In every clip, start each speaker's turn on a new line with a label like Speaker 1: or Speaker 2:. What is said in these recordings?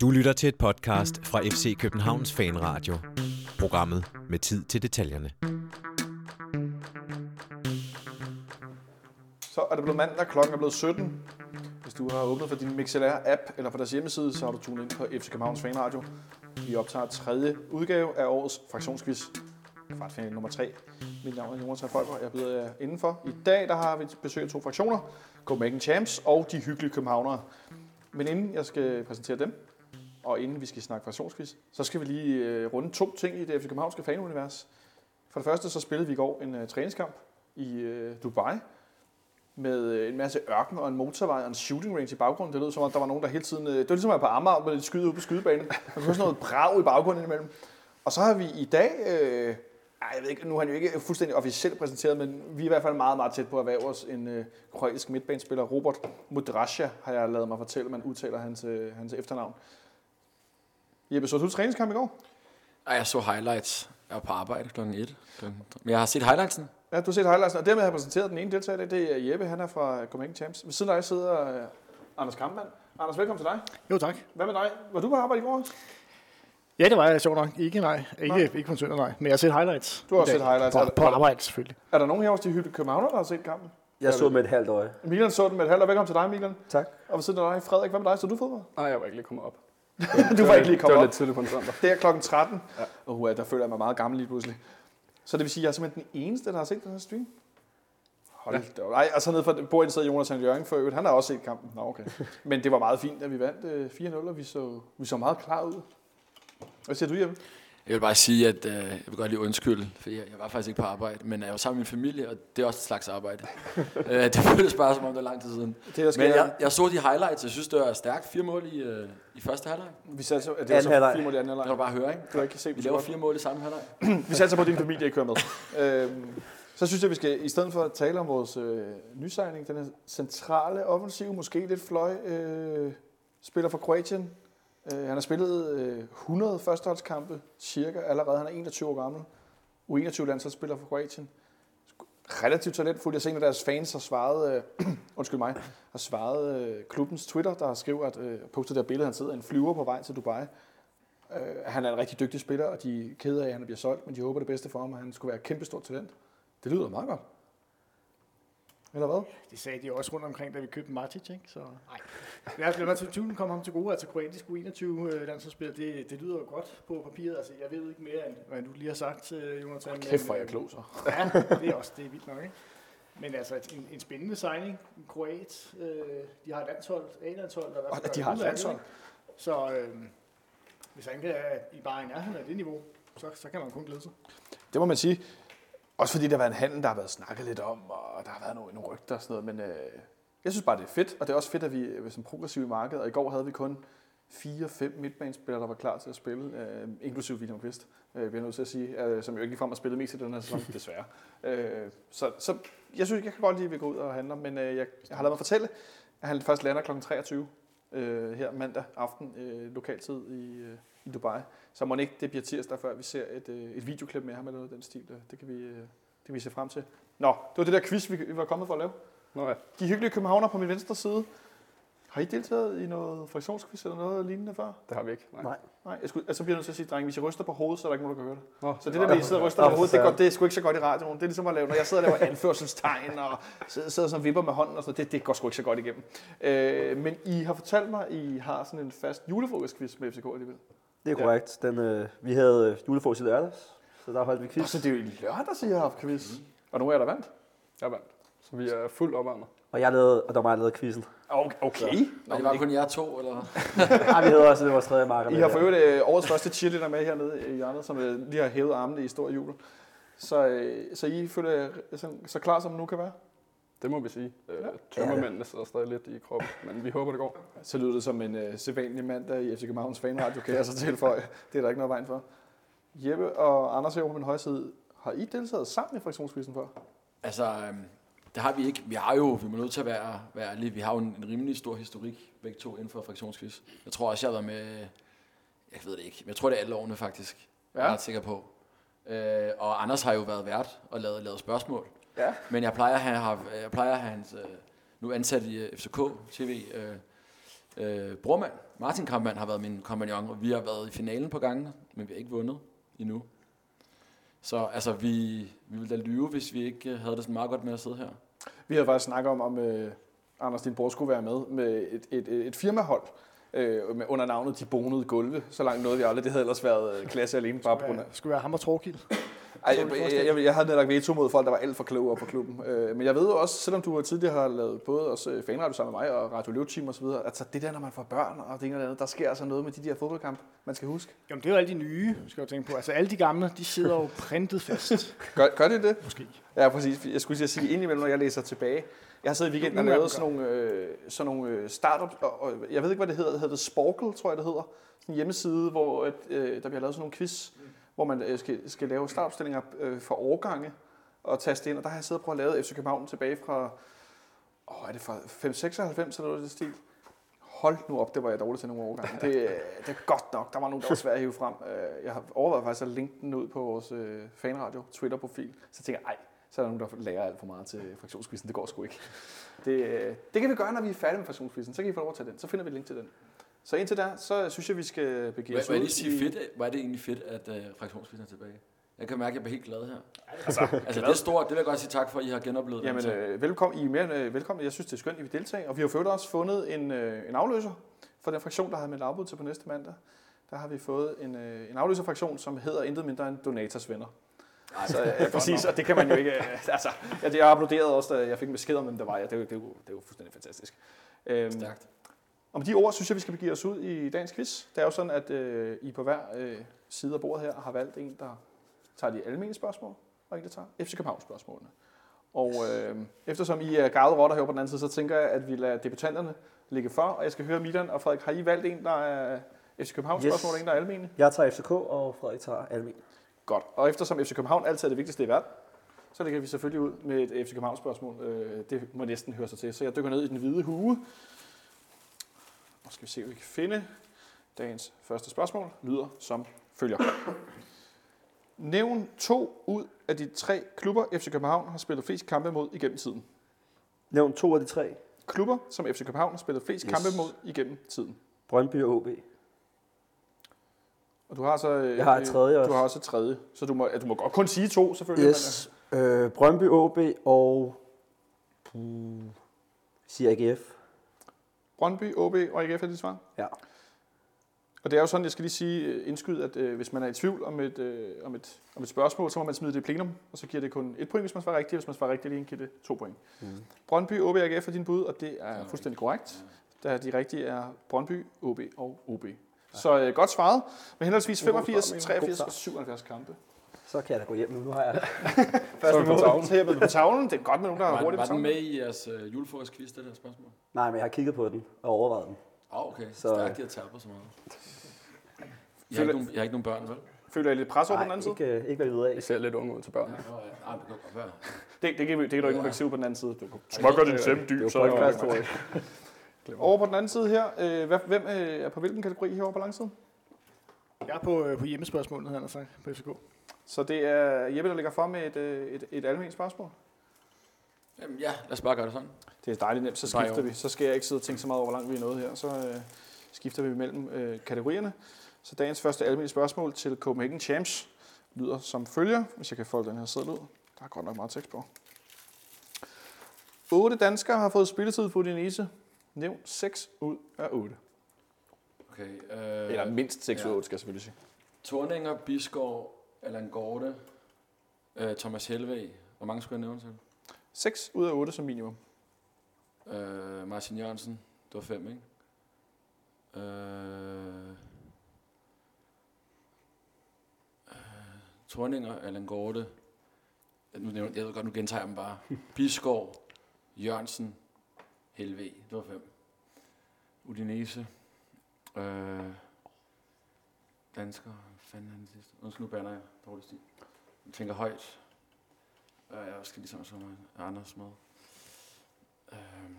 Speaker 1: Du lytter til et podcast fra FC Københavns Fanradio. Programmet med tid til detaljerne.
Speaker 2: Så er det blevet mandag, klokken er blevet 17. Hvis du har åbnet for din MixLR-app eller for deres hjemmeside, så har du tunet ind på FC Københavns Fanradio. Vi optager tredje udgave af årets fraktionsquiz. Kvartfinale nummer 3. Mit navn er Jonas Folker, jeg byder jer indenfor. I dag der har vi besøg af to fraktioner, Copenhagen Champs og de hyggelige københavnere. Men inden jeg skal præsentere dem, og inden vi skal snakke fraktionsquiz, så skal vi lige øh, runde to ting i det FC Københavnske fanunivers. For det første så spillede vi i går en øh, træningskamp i øh, Dubai, med øh, en masse ørken og en motorvej og en shooting range i baggrunden. Det lød som om, der var nogen, der hele tiden... Øh, det var ligesom at være på Amager med lidt skyde ude på skydebanen. Der var sådan noget brag i baggrunden imellem. Og så har vi i dag... Øh, ej, jeg ved ikke, nu er han jo ikke fuldstændig officielt præsenteret, men vi er i hvert fald meget, meget tæt på at være os en øh, kroatisk midtbanespiller. Robert Mudrasja har jeg lavet mig fortælle, man udtaler hans, øh, hans efternavn. Jeppe, så du træningskamp i går?
Speaker 3: Ej, jeg så highlights. Jeg var på arbejde klokken 1. Den- Men jeg har set highlightsen.
Speaker 2: Ja, du har set highlightsen, og dermed har jeg præsenteret den ene deltager. i dag. Det er Jeppe, han er fra Copenhagen Champs. Ved siden af dig sidder øh, Anders Kampmann. Anders, velkommen til dig.
Speaker 4: Jo tak.
Speaker 2: Hvad med dig? Var du på arbejde i går?
Speaker 4: Ja, det var jeg sjovt nok. Ikke nej. Ikke,
Speaker 2: Nej.
Speaker 4: ikke på søndag, nej. Men jeg har set highlights. Altså-
Speaker 2: Du har
Speaker 4: i dag.
Speaker 2: set highlights. Er
Speaker 4: På,
Speaker 2: det-
Speaker 4: på
Speaker 2: er det-
Speaker 4: arbejde selvfølgelig.
Speaker 2: Er der nogen her hos de hyggelige københavnere, der har set kampen?
Speaker 5: Jeg så med et halvt øje.
Speaker 2: Milan så den med et halvt, og velkommen til dig, Milan.
Speaker 5: Tak.
Speaker 2: Og ved siden af dig, Frederik, hvad med dig? Så du fodbold?
Speaker 6: Nej, jeg var ikke lige kommet op.
Speaker 2: Du var ikke lige kommet
Speaker 6: Det var
Speaker 2: op.
Speaker 6: lidt tidligt på en søndag. uh,
Speaker 2: Det er klokken 13. Ja. Oh, der føler jeg mig meget gammel lige pludselig. Så det vil sige, at jeg er simpelthen den eneste, der har set den her stream? Hold da op. Ej, og så nede for bordet sidder Jonas Hans Jørgen for øvrigt. Han har også set kampen. Nå, okay. Men det var meget fint, at vi vandt øh, 4-0, og vi så, vi så meget klar ud. Hvad siger du, Jeppe?
Speaker 3: Jeg vil bare sige, at øh, jeg vil godt lige undskylde, for jeg, jeg var faktisk ikke på arbejde, men jeg var sammen med min familie, og det er også et slags arbejde. øh, det føles bare, som om det er lang tid siden.
Speaker 2: Det der
Speaker 3: Men jeg, jeg så de highlights, jeg synes, det var stærkt. Fire mål i, øh, i første halvleg. Det
Speaker 2: vi satte, det er
Speaker 5: Anden
Speaker 2: så
Speaker 5: halvleg.
Speaker 2: fire mål i anden
Speaker 3: kan du
Speaker 2: halvleg.
Speaker 3: bare høre, ikke?
Speaker 2: Du har ikke set,
Speaker 3: Vi
Speaker 2: vi
Speaker 3: laver
Speaker 2: så
Speaker 3: fire mål i samme halvleg.
Speaker 2: godt. Vi satser på, at din familie ikke hører med. øhm, så synes jeg, at vi skal, i stedet for at tale om vores øh, nysegning, den her centrale offensiv, måske lidt fløj, øh, spiller for Kroatien. Øh, han har spillet øh, 100 førsteholdskampe cirka allerede. Han er 21 år gammel. U21-landsholdsspiller for Kroatien. Relativt talentfuld. Jeg ser en af deres fans har svaret, øh, undskyld mig, har svaret øh, klubbens Twitter, der har skrevet, at øh, postet der billede, han sidder i en flyver på vej til Dubai. Øh, han er en rigtig dygtig spiller, og de er kede af, at han bliver solgt, men de håber det bedste for ham, og han skulle være et kæmpestort talent. Det lyder meget godt. Eller hvad?
Speaker 4: Det sagde de også rundt omkring, da vi købte Matic, ikke? Så nej. Lad os blive til tvivlen kom ham til gode, altså kroatisk U21 øh, landsholdsspil. Det, det lyder jo godt på papiret. Altså, jeg ved ikke mere, end hvad du lige har sagt, øh, Jonas. men,
Speaker 2: Kæft, hvor er
Speaker 4: øh,
Speaker 2: jeg klog så.
Speaker 4: Ja, det er også det er vildt nok, ikke? Men altså, et- en, en spændende signing. En kroat. Øh, de har et landshold, A-landshold. der i hvert
Speaker 2: Og
Speaker 4: fald gør
Speaker 2: de har et
Speaker 4: udmærket,
Speaker 2: landshold.
Speaker 4: ikke? Så øh, hvis han kan, I bare er i nærheden af det niveau, så, så kan man kun glæde sig.
Speaker 2: Det må man sige. Også fordi der har været en handel, der har været snakket lidt om, og der har været nogle, nogle rygter og sådan noget, men øh, jeg synes bare, det er fedt, og det er også fedt, at vi er sådan progressive i markedet, og i går havde vi kun 4-5 midtbanespillere, der var klar til at spille, øh, inklusive William Kvist, øh, bliver jeg nødt til at sige, øh, som jo ikke ligefrem har spillet mest i den her sæson, desværre. Øh, så, så jeg synes, jeg kan godt lide, at vi går ud og handler, men øh, jeg, jeg har lavet mig fortælle, at han først lander kl. 23 øh, her mandag aften, øh, lokaltid i, øh, i Dubai. Så må ikke det bliver tirsdag, før vi ser et, øh, et videoklip med ham eller noget af den stil. der. Det kan, vi, øh, det kan vi se frem til. Nå, det var det der quiz, vi, vi var kommet for at lave.
Speaker 6: Nå ja.
Speaker 2: De hyggelige københavner på min venstre side. Har I deltaget i noget fraktionsquiz eller noget lignende før?
Speaker 6: Det har vi ikke. Nej.
Speaker 5: Nej.
Speaker 2: Nej, jeg skulle, altså bliver jeg nødt til at sige, drenge, hvis I ryster på hovedet, så er der ikke nogen, der kan høre det.
Speaker 6: Nå,
Speaker 2: Så det der med, at I sidder og ryster på
Speaker 5: Nå, for
Speaker 2: hovedet, det er,
Speaker 5: søren.
Speaker 2: godt, det er sgu ikke så godt i radioen. Det er ligesom at lave, når jeg sidder og laver anførselstegn og sidder, sidder som vipper med hånden og sådan noget, det, det går sgu ikke så godt igennem. Øh, men I har fortalt mig, at I har sådan en fast julefrokostquiz med FCK alligevel.
Speaker 5: Det er
Speaker 2: Ja.
Speaker 5: korrekt. Den, øh, vi havde øh, julefors i lørdags, så der holdt vi
Speaker 2: Nå,
Speaker 5: quiz.
Speaker 2: så det er jo i lørdags, I har haft quiz. Mhm. Og nu er der vandt.
Speaker 6: Jeg vandt. Så vi er fuldt opvarmet.
Speaker 5: Og, jeg lavede, og der var mig, der lavede quizzen.
Speaker 2: Okay. okay.
Speaker 3: Og det var kun jer to, eller?
Speaker 5: Ej, vi havde også det var vores tredje marker.
Speaker 2: I
Speaker 5: med
Speaker 2: har
Speaker 5: der.
Speaker 2: for øvrigt øh, årets første cheerleader med hernede i hjørnet, som øh, lige har hævet armene i stor jubel. Så, øh, så I føler jer sådan- så klar, som nu kan være?
Speaker 6: Det må vi sige. Øh,
Speaker 2: Ja.
Speaker 6: tømmermændene sidder stadig lidt i kroppen, men vi håber, det går.
Speaker 2: Så lyder det som en øh, sædvanlig mandag i FC Københavns fanradio, kan jeg så tilføje. Det er der ikke noget vejen for. Jeppe og Anders her på min højre side, har I deltaget sammen i fraktionsquizzen før?
Speaker 3: Altså, øhm, det har vi ikke. Vi har jo, vi må nødt til at være, være ærlige, vi har jo en, en rimelig stor historik, begge to, inden for fraktionsquiz. Jeg tror også, jeg har været med, jeg ved det ikke, men jeg tror, det er alle årene faktisk. Ja. Jeg
Speaker 2: Ja.
Speaker 3: er ret sikker på. Øh, og Anders har jo været vært og lavet, lavet spørgsmål.
Speaker 2: Ja.
Speaker 3: Men jeg plejer at have, jeg plejer at have hans, øh, nu ansat i øh, FCK TV, øh, Øh, brormand, Martin Kampmann, har været min kompagnon, og vi har været i finalen på gangen, men vi har ikke vundet endnu. Så altså, vi, vi ville da lyve, hvis vi ikke øh, havde det sådan meget godt med at sidde her.
Speaker 2: Vi havde faktisk snakket om, om øh, Anders Din Borg skulle være med med et, et, et firmahold øh, med, under navnet De Bonede Gulve. Så langt nåede vi aldrig. Det havde ellers været øh, klasse alene bare på grund af...
Speaker 4: Skulle være ham og Torkild.
Speaker 2: Ej, jeg, jeg, jeg, jeg havde netop veto mod folk, der var alt for kloge op på klubben. Øh, men jeg ved jo også, selvom du tidligere har lavet både også øh, fanradio sammen med mig og Radio Løvteam osv., altså det der, når man får børn og det ene og det andet, der sker altså noget med de der fodboldkampe, man skal huske.
Speaker 4: Jamen, det er jo alle de nye, skal jeg tænke på. Altså, alle de gamle, de sidder jo printet fast.
Speaker 2: Gør, gør det det?
Speaker 4: Måske.
Speaker 2: Ja, præcis. Jeg skulle til at sige, indimellem, når jeg læser tilbage, jeg har siddet i weekenden og
Speaker 4: Nogle af
Speaker 2: lavet
Speaker 4: dem
Speaker 2: sådan nogle, øh, sådan nogle øh, startup, og, og, jeg ved ikke, hvad det hedder, det hedder det Sporkle, tror jeg, det hedder. Sådan en hjemmeside, hvor at, øh, der bliver lavet sådan nogle quiz, hvor man øh, skal, skal lave startopstillinger øh, for årgange og taste ind. Og der har jeg siddet og prøvet at lave FC København tilbage fra, åh, er det fra 596 eller noget i den stil? Hold nu op, det var jeg dårlig til nogle årgange. Det, øh, det er godt nok. Der var nogen, der var svært at hive frem. Øh, Jeg har overvejet faktisk at linke den ud på vores øh, fanradio Twitter-profil. Så tænker jeg, ej, så er der nogen, der lærer alt for meget til fraktionskvisten. Det går sgu ikke. Det, øh, det kan vi gøre, når vi er færdige med fraktionskvisten. Så kan I få lov at tage den. Så finder vi et link til den. Så indtil der, så synes jeg, vi skal begive
Speaker 3: Hvad,
Speaker 2: os
Speaker 3: hvad,
Speaker 2: ud
Speaker 3: er det, sige
Speaker 2: i-
Speaker 3: fedt, øh, hvor er det egentlig fedt, at øh, fraktionsquizzen er tilbage? Jeg kan mærke, at jeg bliver helt glad her. Altså, altså det er stort. Det vil jeg godt sige tak for, at I har genoplevet
Speaker 2: Jamen,
Speaker 3: det.
Speaker 2: øh, velkommen. I er mere end, øh, velkommen. Jeg synes, det er skønt, at I vil deltage. Og vi har fået også fundet en, øh, en afløser for den fraktion, der har med afbud til på næste mandag. Der har vi fået en, øh, en afløserfraktion, som hedder intet mindre end Donators venner.
Speaker 3: Ej,
Speaker 2: Så, øh, præcis, og det kan man jo ikke... Øh, altså, jeg, jeg applauderede også, da jeg fik en besked om, hvem der var. Ja, det, er jo- det, er jo- det er jo fuldstændig fantastisk. Øhm,
Speaker 3: Stærkt.
Speaker 2: om de ord synes jeg, vi skal begive os ud i dagens quiz. Det er jo sådan, at øh, I på hver øh, side af bordet her har valgt en, der tager de almindelige spørgsmål, og en, der tager FC København-spørgsmålene. Og øh, eftersom I er garvede rotter herovre på den anden side, så tænker jeg, at vi lader debutanterne ligge for, og jeg skal høre Milan og Frederik, har I valgt en, der er FC København-spørgsmål,
Speaker 5: Yes.
Speaker 2: og en, der er almene?
Speaker 5: Jeg tager FCK, og Frederik tager Almin.
Speaker 2: Godt. Og eftersom FC København altid er det vigtigste i verden, så lægger vi selvfølgelig ud med et FC København-spørgsmål. Øh, Det må næsten høre sig til. Så jeg dykker ned i den hvide hue. Og skal vi se, om vi kan finde. Dagens første spørgsmål lyder som følger. Nævn to ud af de tre klubber, FC København har spillet flest kampe mod igennem tiden.
Speaker 5: Nævn to af de tre.
Speaker 2: Klubber, som FC København har spillet flest yes.
Speaker 5: Yes.
Speaker 2: kampe mod igennem tiden.
Speaker 5: Brøndby og OB.
Speaker 2: Og du har så... øh,
Speaker 5: Jeg har et tredje
Speaker 2: Du har
Speaker 5: også.
Speaker 2: også et tredje. Så du må, ja, du må godt kun sige to, selvfølgelig.
Speaker 5: Yes. Øh, Brøndby, OB og... Puh, siger AGF.
Speaker 2: Brøndby, OB og AGF er dit svar?
Speaker 5: Ja.
Speaker 2: Og det er jo sådan, jeg skal lige sige øh, indskyde, at øh, hvis man er i tvivl om et, øh, om, et, om et spørgsmål, så må man smide det i plenum, og så giver det kun et point, hvis man svarer rigtigt, og hvis man svarer rigtigt alene, giver det to point. Mm. Brøndby, OB og AGF er din bud, og det er fuldstændig korrekt, da de rigtige er Brøndby, OB og OB. Så øh, godt svaret, med henholdsvis
Speaker 5: En god
Speaker 2: 85,
Speaker 5: start, Mikkel.
Speaker 2: 83
Speaker 5: God
Speaker 2: og 77 kampe.
Speaker 5: Så kan jeg da gå hjem nu. Nu har jeg
Speaker 2: Første
Speaker 5: er vi på tavlen.
Speaker 2: Så er jeg blevet på tavlen. Det er godt med nogen, der er
Speaker 3: Var,
Speaker 2: hurtigt
Speaker 3: var
Speaker 2: på
Speaker 3: den
Speaker 2: tavlen.
Speaker 3: med i jeres øh, julefrokostquiz, det der spørgsmål?
Speaker 5: Nej, men jeg har kigget på den og overvejet den.
Speaker 3: Ah, okay. Så...
Speaker 5: Så-
Speaker 3: Stærkt, jeg taber så meget. Jeg har,
Speaker 2: Føler-
Speaker 3: ikke nogen, jeg har ikke nogen børn, vel?
Speaker 2: Føler jeg lidt pres over på den anden side?
Speaker 5: ikke, øh, ikke hvad jeg ved
Speaker 6: I
Speaker 5: af.
Speaker 6: ser lidt unge ud til børn.
Speaker 3: Nej, nej, det kan godt være.
Speaker 2: Det, det, kan, vi- det kan du ikke nogen, der kan se ud på den anden side. Du
Speaker 6: Smukker din stemme
Speaker 5: Det er jo
Speaker 6: dyb, så
Speaker 5: podcast,
Speaker 6: er
Speaker 5: tror jeg.
Speaker 2: Over på den anden side her, øh, hvad- hvem øh, er på hvilken kategori herovre på langsiden?
Speaker 4: Jeg er på, øh, på hjemmespørgsmålet, han har sagt, på FCK.
Speaker 2: Så det er Jeppe, der ligger for med et, øh, et, et almindeligt spørgsmål.
Speaker 3: Jamen, ja, lad os bare gøre det sådan.
Speaker 2: Det er dejligt nemt, så
Speaker 3: Bare i
Speaker 2: skifter
Speaker 3: orden.
Speaker 2: vi. Så skal jeg ikke sidde og tænke så meget over, hvor langt vi er nået her. Så øh, skifter vi mellem øh, kategorierne. Så dagens første almindelige spørgsmål til Copenhagen Champs lyder som følger, hvis jeg kan folde den her seddel ud. Der er godt nok meget tekst på. Otte danskere har fået spilletid på Udinese. Nævn 6 ud af 8.
Speaker 3: Okay, øh,
Speaker 2: mindst seks
Speaker 3: ja.
Speaker 2: otte, skal jeg selvfølgelig sige.
Speaker 3: Torninger, Biskov, Allan Gorte, øh, Thomas Helve. Hvor mange skulle jeg nævne til?
Speaker 2: 6 ud af 8 som minimum.
Speaker 3: Øh, Martin Jørgensen. Det var fem, ikke? Øh, øh, Torninger, øh, Allan Gorte. Nu nævner, jeg ved godt, nu gentager jeg dem bare. Biskov, Jørgensen, Helve. Det var fem. Udinese. Øh, dansker. Hvad fanden er den sidste? Undskyld, nu banner jeg. Dårlig stil. Jeg tænker højt. Øh, jeg skal ligesom så meget Anders med. Øhm.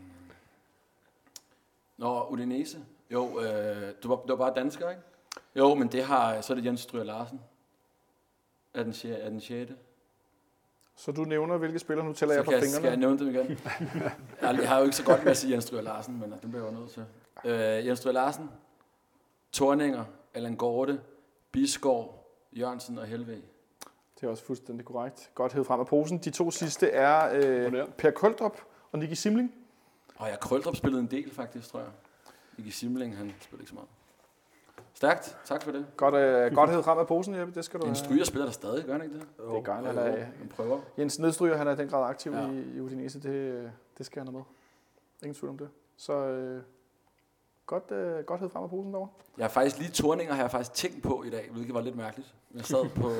Speaker 3: Nå, Udinese. Jo, øh, du, var, du var bare dansker, ikke? Jo, men det har, så er det Jens Stryger Larsen. Er den, sje- er den sjette?
Speaker 2: Så du nævner, hvilke spillere nu tæller
Speaker 3: Så
Speaker 2: jeg
Speaker 3: kan
Speaker 2: fra
Speaker 3: jeg, skal
Speaker 2: fingrene.
Speaker 3: jeg nævne dem igen? jeg, jeg har jo ikke så godt med at sige Jens Stryger Larsen, men det bliver jeg jo nødt til. Øh, Jens Stryger Larsen, Torninger, Allan Gorte, Biskov, Jørgensen og Helve.
Speaker 2: Det er også fuldstændig korrekt. Godt hævet frem af posen. De to sidste er øh,
Speaker 6: Moderne.
Speaker 2: Per Koldrup og Nicky Simling.
Speaker 3: Og jeg Krøldrup spillede en del faktisk, tror jeg. Ikke Simling, han spillede ikke så meget. Stærkt, tak for det.
Speaker 2: Godt, øh, godt hævet frem af posen, Jeppe. Det skal du øh,
Speaker 3: Jens Stryger spiller der stadig, gør han ikke det?
Speaker 2: Det er godt, han
Speaker 3: Jo,
Speaker 2: er,
Speaker 3: Han prøver.
Speaker 2: Jens Nedstryger, han er i den grad aktiv ja.
Speaker 3: Ja.
Speaker 2: i, i Udinese. Det, øh, det skal han have med. Ingen tvivl om det. Så øh, godt, øh, godt hævet frem af posen derovre.
Speaker 3: Jeg har faktisk lige Torninger, har jeg faktisk tænkt på i dag, hvilket var lidt mærkeligt. Jeg sad på,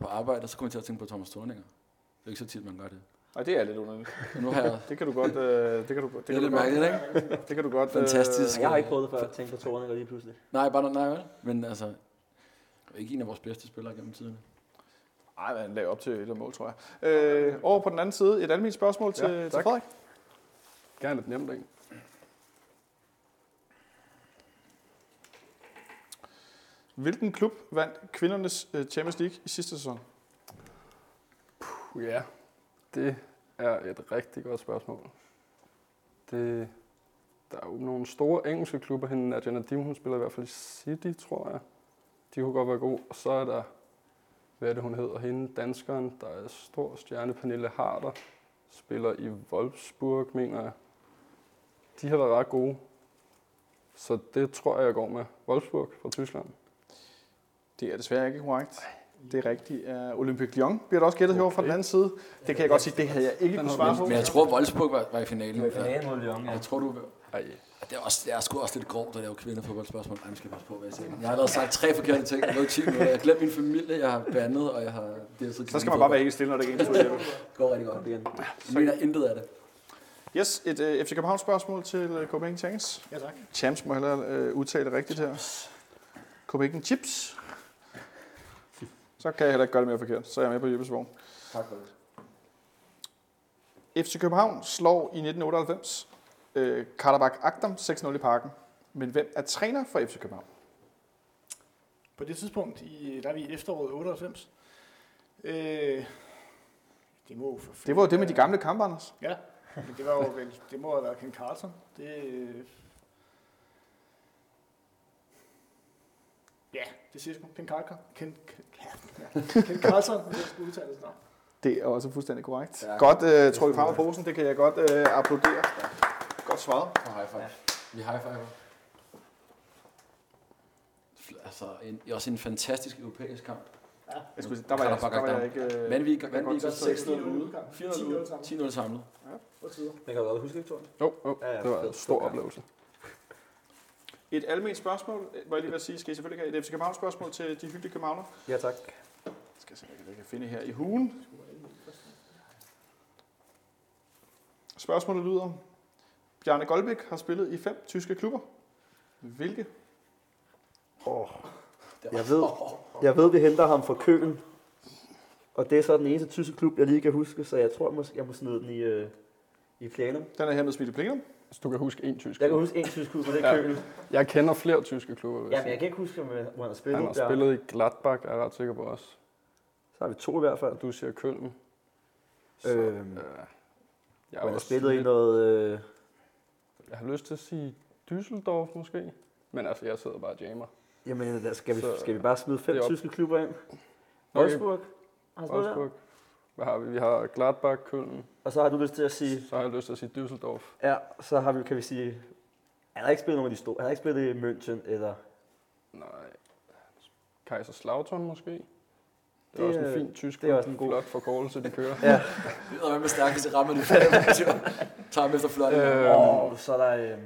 Speaker 3: på arbejde, og så kom jeg til at tænke på Thomas Torninger. Det er ikke så tit, man gør det.
Speaker 2: Nej, det er lidt underligt.
Speaker 3: Og nu har jeg...
Speaker 2: Det kan du godt... Øh, det kan du, det
Speaker 3: Det
Speaker 2: kan
Speaker 3: er
Speaker 2: du
Speaker 3: lidt
Speaker 2: godt,
Speaker 3: mærkeligt, ikke?
Speaker 2: det kan du godt øh,
Speaker 3: Fantastisk.
Speaker 5: Jeg har ikke prøvet det før at tænke på Torninger lige pludselig.
Speaker 3: Nej, bare nej, vel? Men altså, det er ikke en af vores bedste spillere gennem tiden.
Speaker 2: Nej, men han lagde op til et eller andet mål, tror jeg. Øh, over på den anden side, et almindeligt spørgsmål til, ja,
Speaker 6: Ja,
Speaker 2: til
Speaker 6: tak.
Speaker 2: Frederik.
Speaker 6: Gerne et nemt en.
Speaker 2: Hvilken klub vandt kvindernes øh, Champions League i sidste sæson?
Speaker 6: Puh, ja, det er et rigtig godt spørgsmål. Det, øh, der er jo nogle store engelske klubber, hende Arjana Dim, hun spiller i hvert fald i City, tror jeg. De kunne godt være gode. Og så er der, hvad er det, hun hedder, hende danskeren, der er stor stjerne, Pernille Harder, spiller i Wolfsburg, mener jeg. De har været ret gode. Så det tror jeg, jeg går med. Wolfsburg fra Tyskland.
Speaker 2: Det er desværre ikke korrekt. Det rigtige er Olympique Lyon, bliver der også gættet herovre fra den anden side. Det kan jeg godt sige, det havde jeg ikke kunne svare på.
Speaker 3: Men jeg tror, Wolfsburg var, var i finalen. Ja.
Speaker 5: mod Lyon,
Speaker 3: Jeg tror, du...
Speaker 6: Ej,
Speaker 3: Det er, også, det er sgu også lidt grovt at lave kvindefodboldspørgsmål. Ej, nu skal jeg passe på, hvad jeg siger. Jeg har allerede sagt tre forkerte ting. Jeg har gået 10 minutter. Jeg har glemt min familie, jeg har bandet, og jeg har... Det er så
Speaker 2: Så skal man bare være helt stille, når det ikke er en
Speaker 3: Det går rigtig godt.
Speaker 5: igen.
Speaker 3: Jeg mener intet af det.
Speaker 2: Yes, et øh, FC København spørgsmål til øh, Copenhagen Champs.
Speaker 4: Ja, tak.
Speaker 2: Champs må hellere øh, udtale det rigtigt her. Copenhagen Chips. Så kan jeg heller ikke gøre det mere forkert, så er jeg med på Jeppes vogn.
Speaker 3: Tak for det.
Speaker 2: FC København slår i 1998 øh, Karabakh Akdam 6-0 i parken. Men hvem er træner for FC København?
Speaker 4: På det tidspunkt, i, der er vi i efteråret 98. Øh, det må jo for
Speaker 2: Det var jo det med de gamle kampe, Anders.
Speaker 4: Ja, men det var jo vel, det må have været Ken Carlson. Det, øh, ja, det siger sgu. Ken Carlson. Ken, Ken, ja, Ken Carlson, hvis jeg skulle udtale det snart.
Speaker 2: Det er også fuldstændig korrekt. Ja.
Speaker 3: Ja.
Speaker 2: Godt øh, trukket frem af posen, det kan jeg godt øh, applaudere. Godt svaret.
Speaker 3: Og high five. Vi high five. Altså, en, også en fantastisk europæisk kamp.
Speaker 2: Jeg skulle, sige, der, var jeg, der var jeg ikke... Øh,
Speaker 3: Men vi gik
Speaker 2: kan godt
Speaker 3: 6-0 ude, 4-0
Speaker 4: 4-0
Speaker 3: ude,
Speaker 4: ude,
Speaker 3: 10-0 samlet.
Speaker 5: Men kan du godt huske det, Torben?
Speaker 6: jo, jo,
Speaker 5: Ja, ja,
Speaker 6: det var
Speaker 5: fed,
Speaker 6: en stor
Speaker 5: fed kamp.
Speaker 6: oplevelse.
Speaker 2: et almindeligt spørgsmål, øh, var jeg lige ved at sige, skal I selvfølgelig ikke have et FC København spørgsmål til de hyggelige københavner?
Speaker 5: Ja, tak.
Speaker 2: Jeg skal se, hvad jeg kan finde her i hugen. Spørgsmålet lyder, Bjarne Goldbæk har spillet i fem tyske klubber. Hvilke?
Speaker 5: Oh. Jeg ved, jeg ved, vi henter ham fra Køen. Og det er så den eneste tyske klub, jeg lige kan huske, så jeg tror, jeg må, jeg må snide den i, øh, i planum.
Speaker 2: Den er hermed smidt i plenum.
Speaker 6: Hvis du kan huske en tysk
Speaker 5: Jeg kan
Speaker 6: klub.
Speaker 5: huske en tysk klub, og det er
Speaker 6: Ja.
Speaker 5: Køen.
Speaker 6: Jeg kender flere tyske klubber. vil
Speaker 5: Ja,
Speaker 6: jeg
Speaker 5: men
Speaker 6: sige.
Speaker 5: jeg kan ikke huske, om, øh, hvor han har spillet.
Speaker 6: Han har
Speaker 5: der.
Speaker 6: spillet i Gladbach, er jeg ret sikker på også.
Speaker 5: Så har vi to i hvert fald.
Speaker 6: Og du siger Køln. Øh,
Speaker 5: Øhm,
Speaker 6: jeg,
Speaker 5: hvor han
Speaker 6: også
Speaker 5: har spillet i
Speaker 6: lidt-
Speaker 5: noget... Øh,
Speaker 6: jeg har lyst til at sige Düsseldorf måske. Men altså, jeg sidder bare og jammer.
Speaker 5: jamen, der skal, vi,
Speaker 6: Så-
Speaker 5: skal vi bare smide fem
Speaker 6: Det er op.
Speaker 5: tyske klubber ind? Wolfsburg. Har han spillet der?
Speaker 6: Wolfsburg. Hvad har vi? Vi har Gladbach, Køln.
Speaker 5: Og så har du lyst til at sige...
Speaker 6: Så har jeg lyst til at sige Düsseldorf.
Speaker 5: Ja, så har vi, kan vi sige... Han har ikke spillet nogen af de store. Han har ikke spillet i München eller...
Speaker 6: Nej. Kaiserslautern måske. Det er
Speaker 5: Det,
Speaker 6: også en
Speaker 5: øh,
Speaker 6: fin tysk
Speaker 5: det er
Speaker 6: klub.
Speaker 5: også en god-
Speaker 6: Flot forkortelse, de kører.
Speaker 5: Ja,
Speaker 3: Det er med stærkest i rammen i fanden. Tager ham efter flot.
Speaker 6: øhm,
Speaker 5: og så er der øh,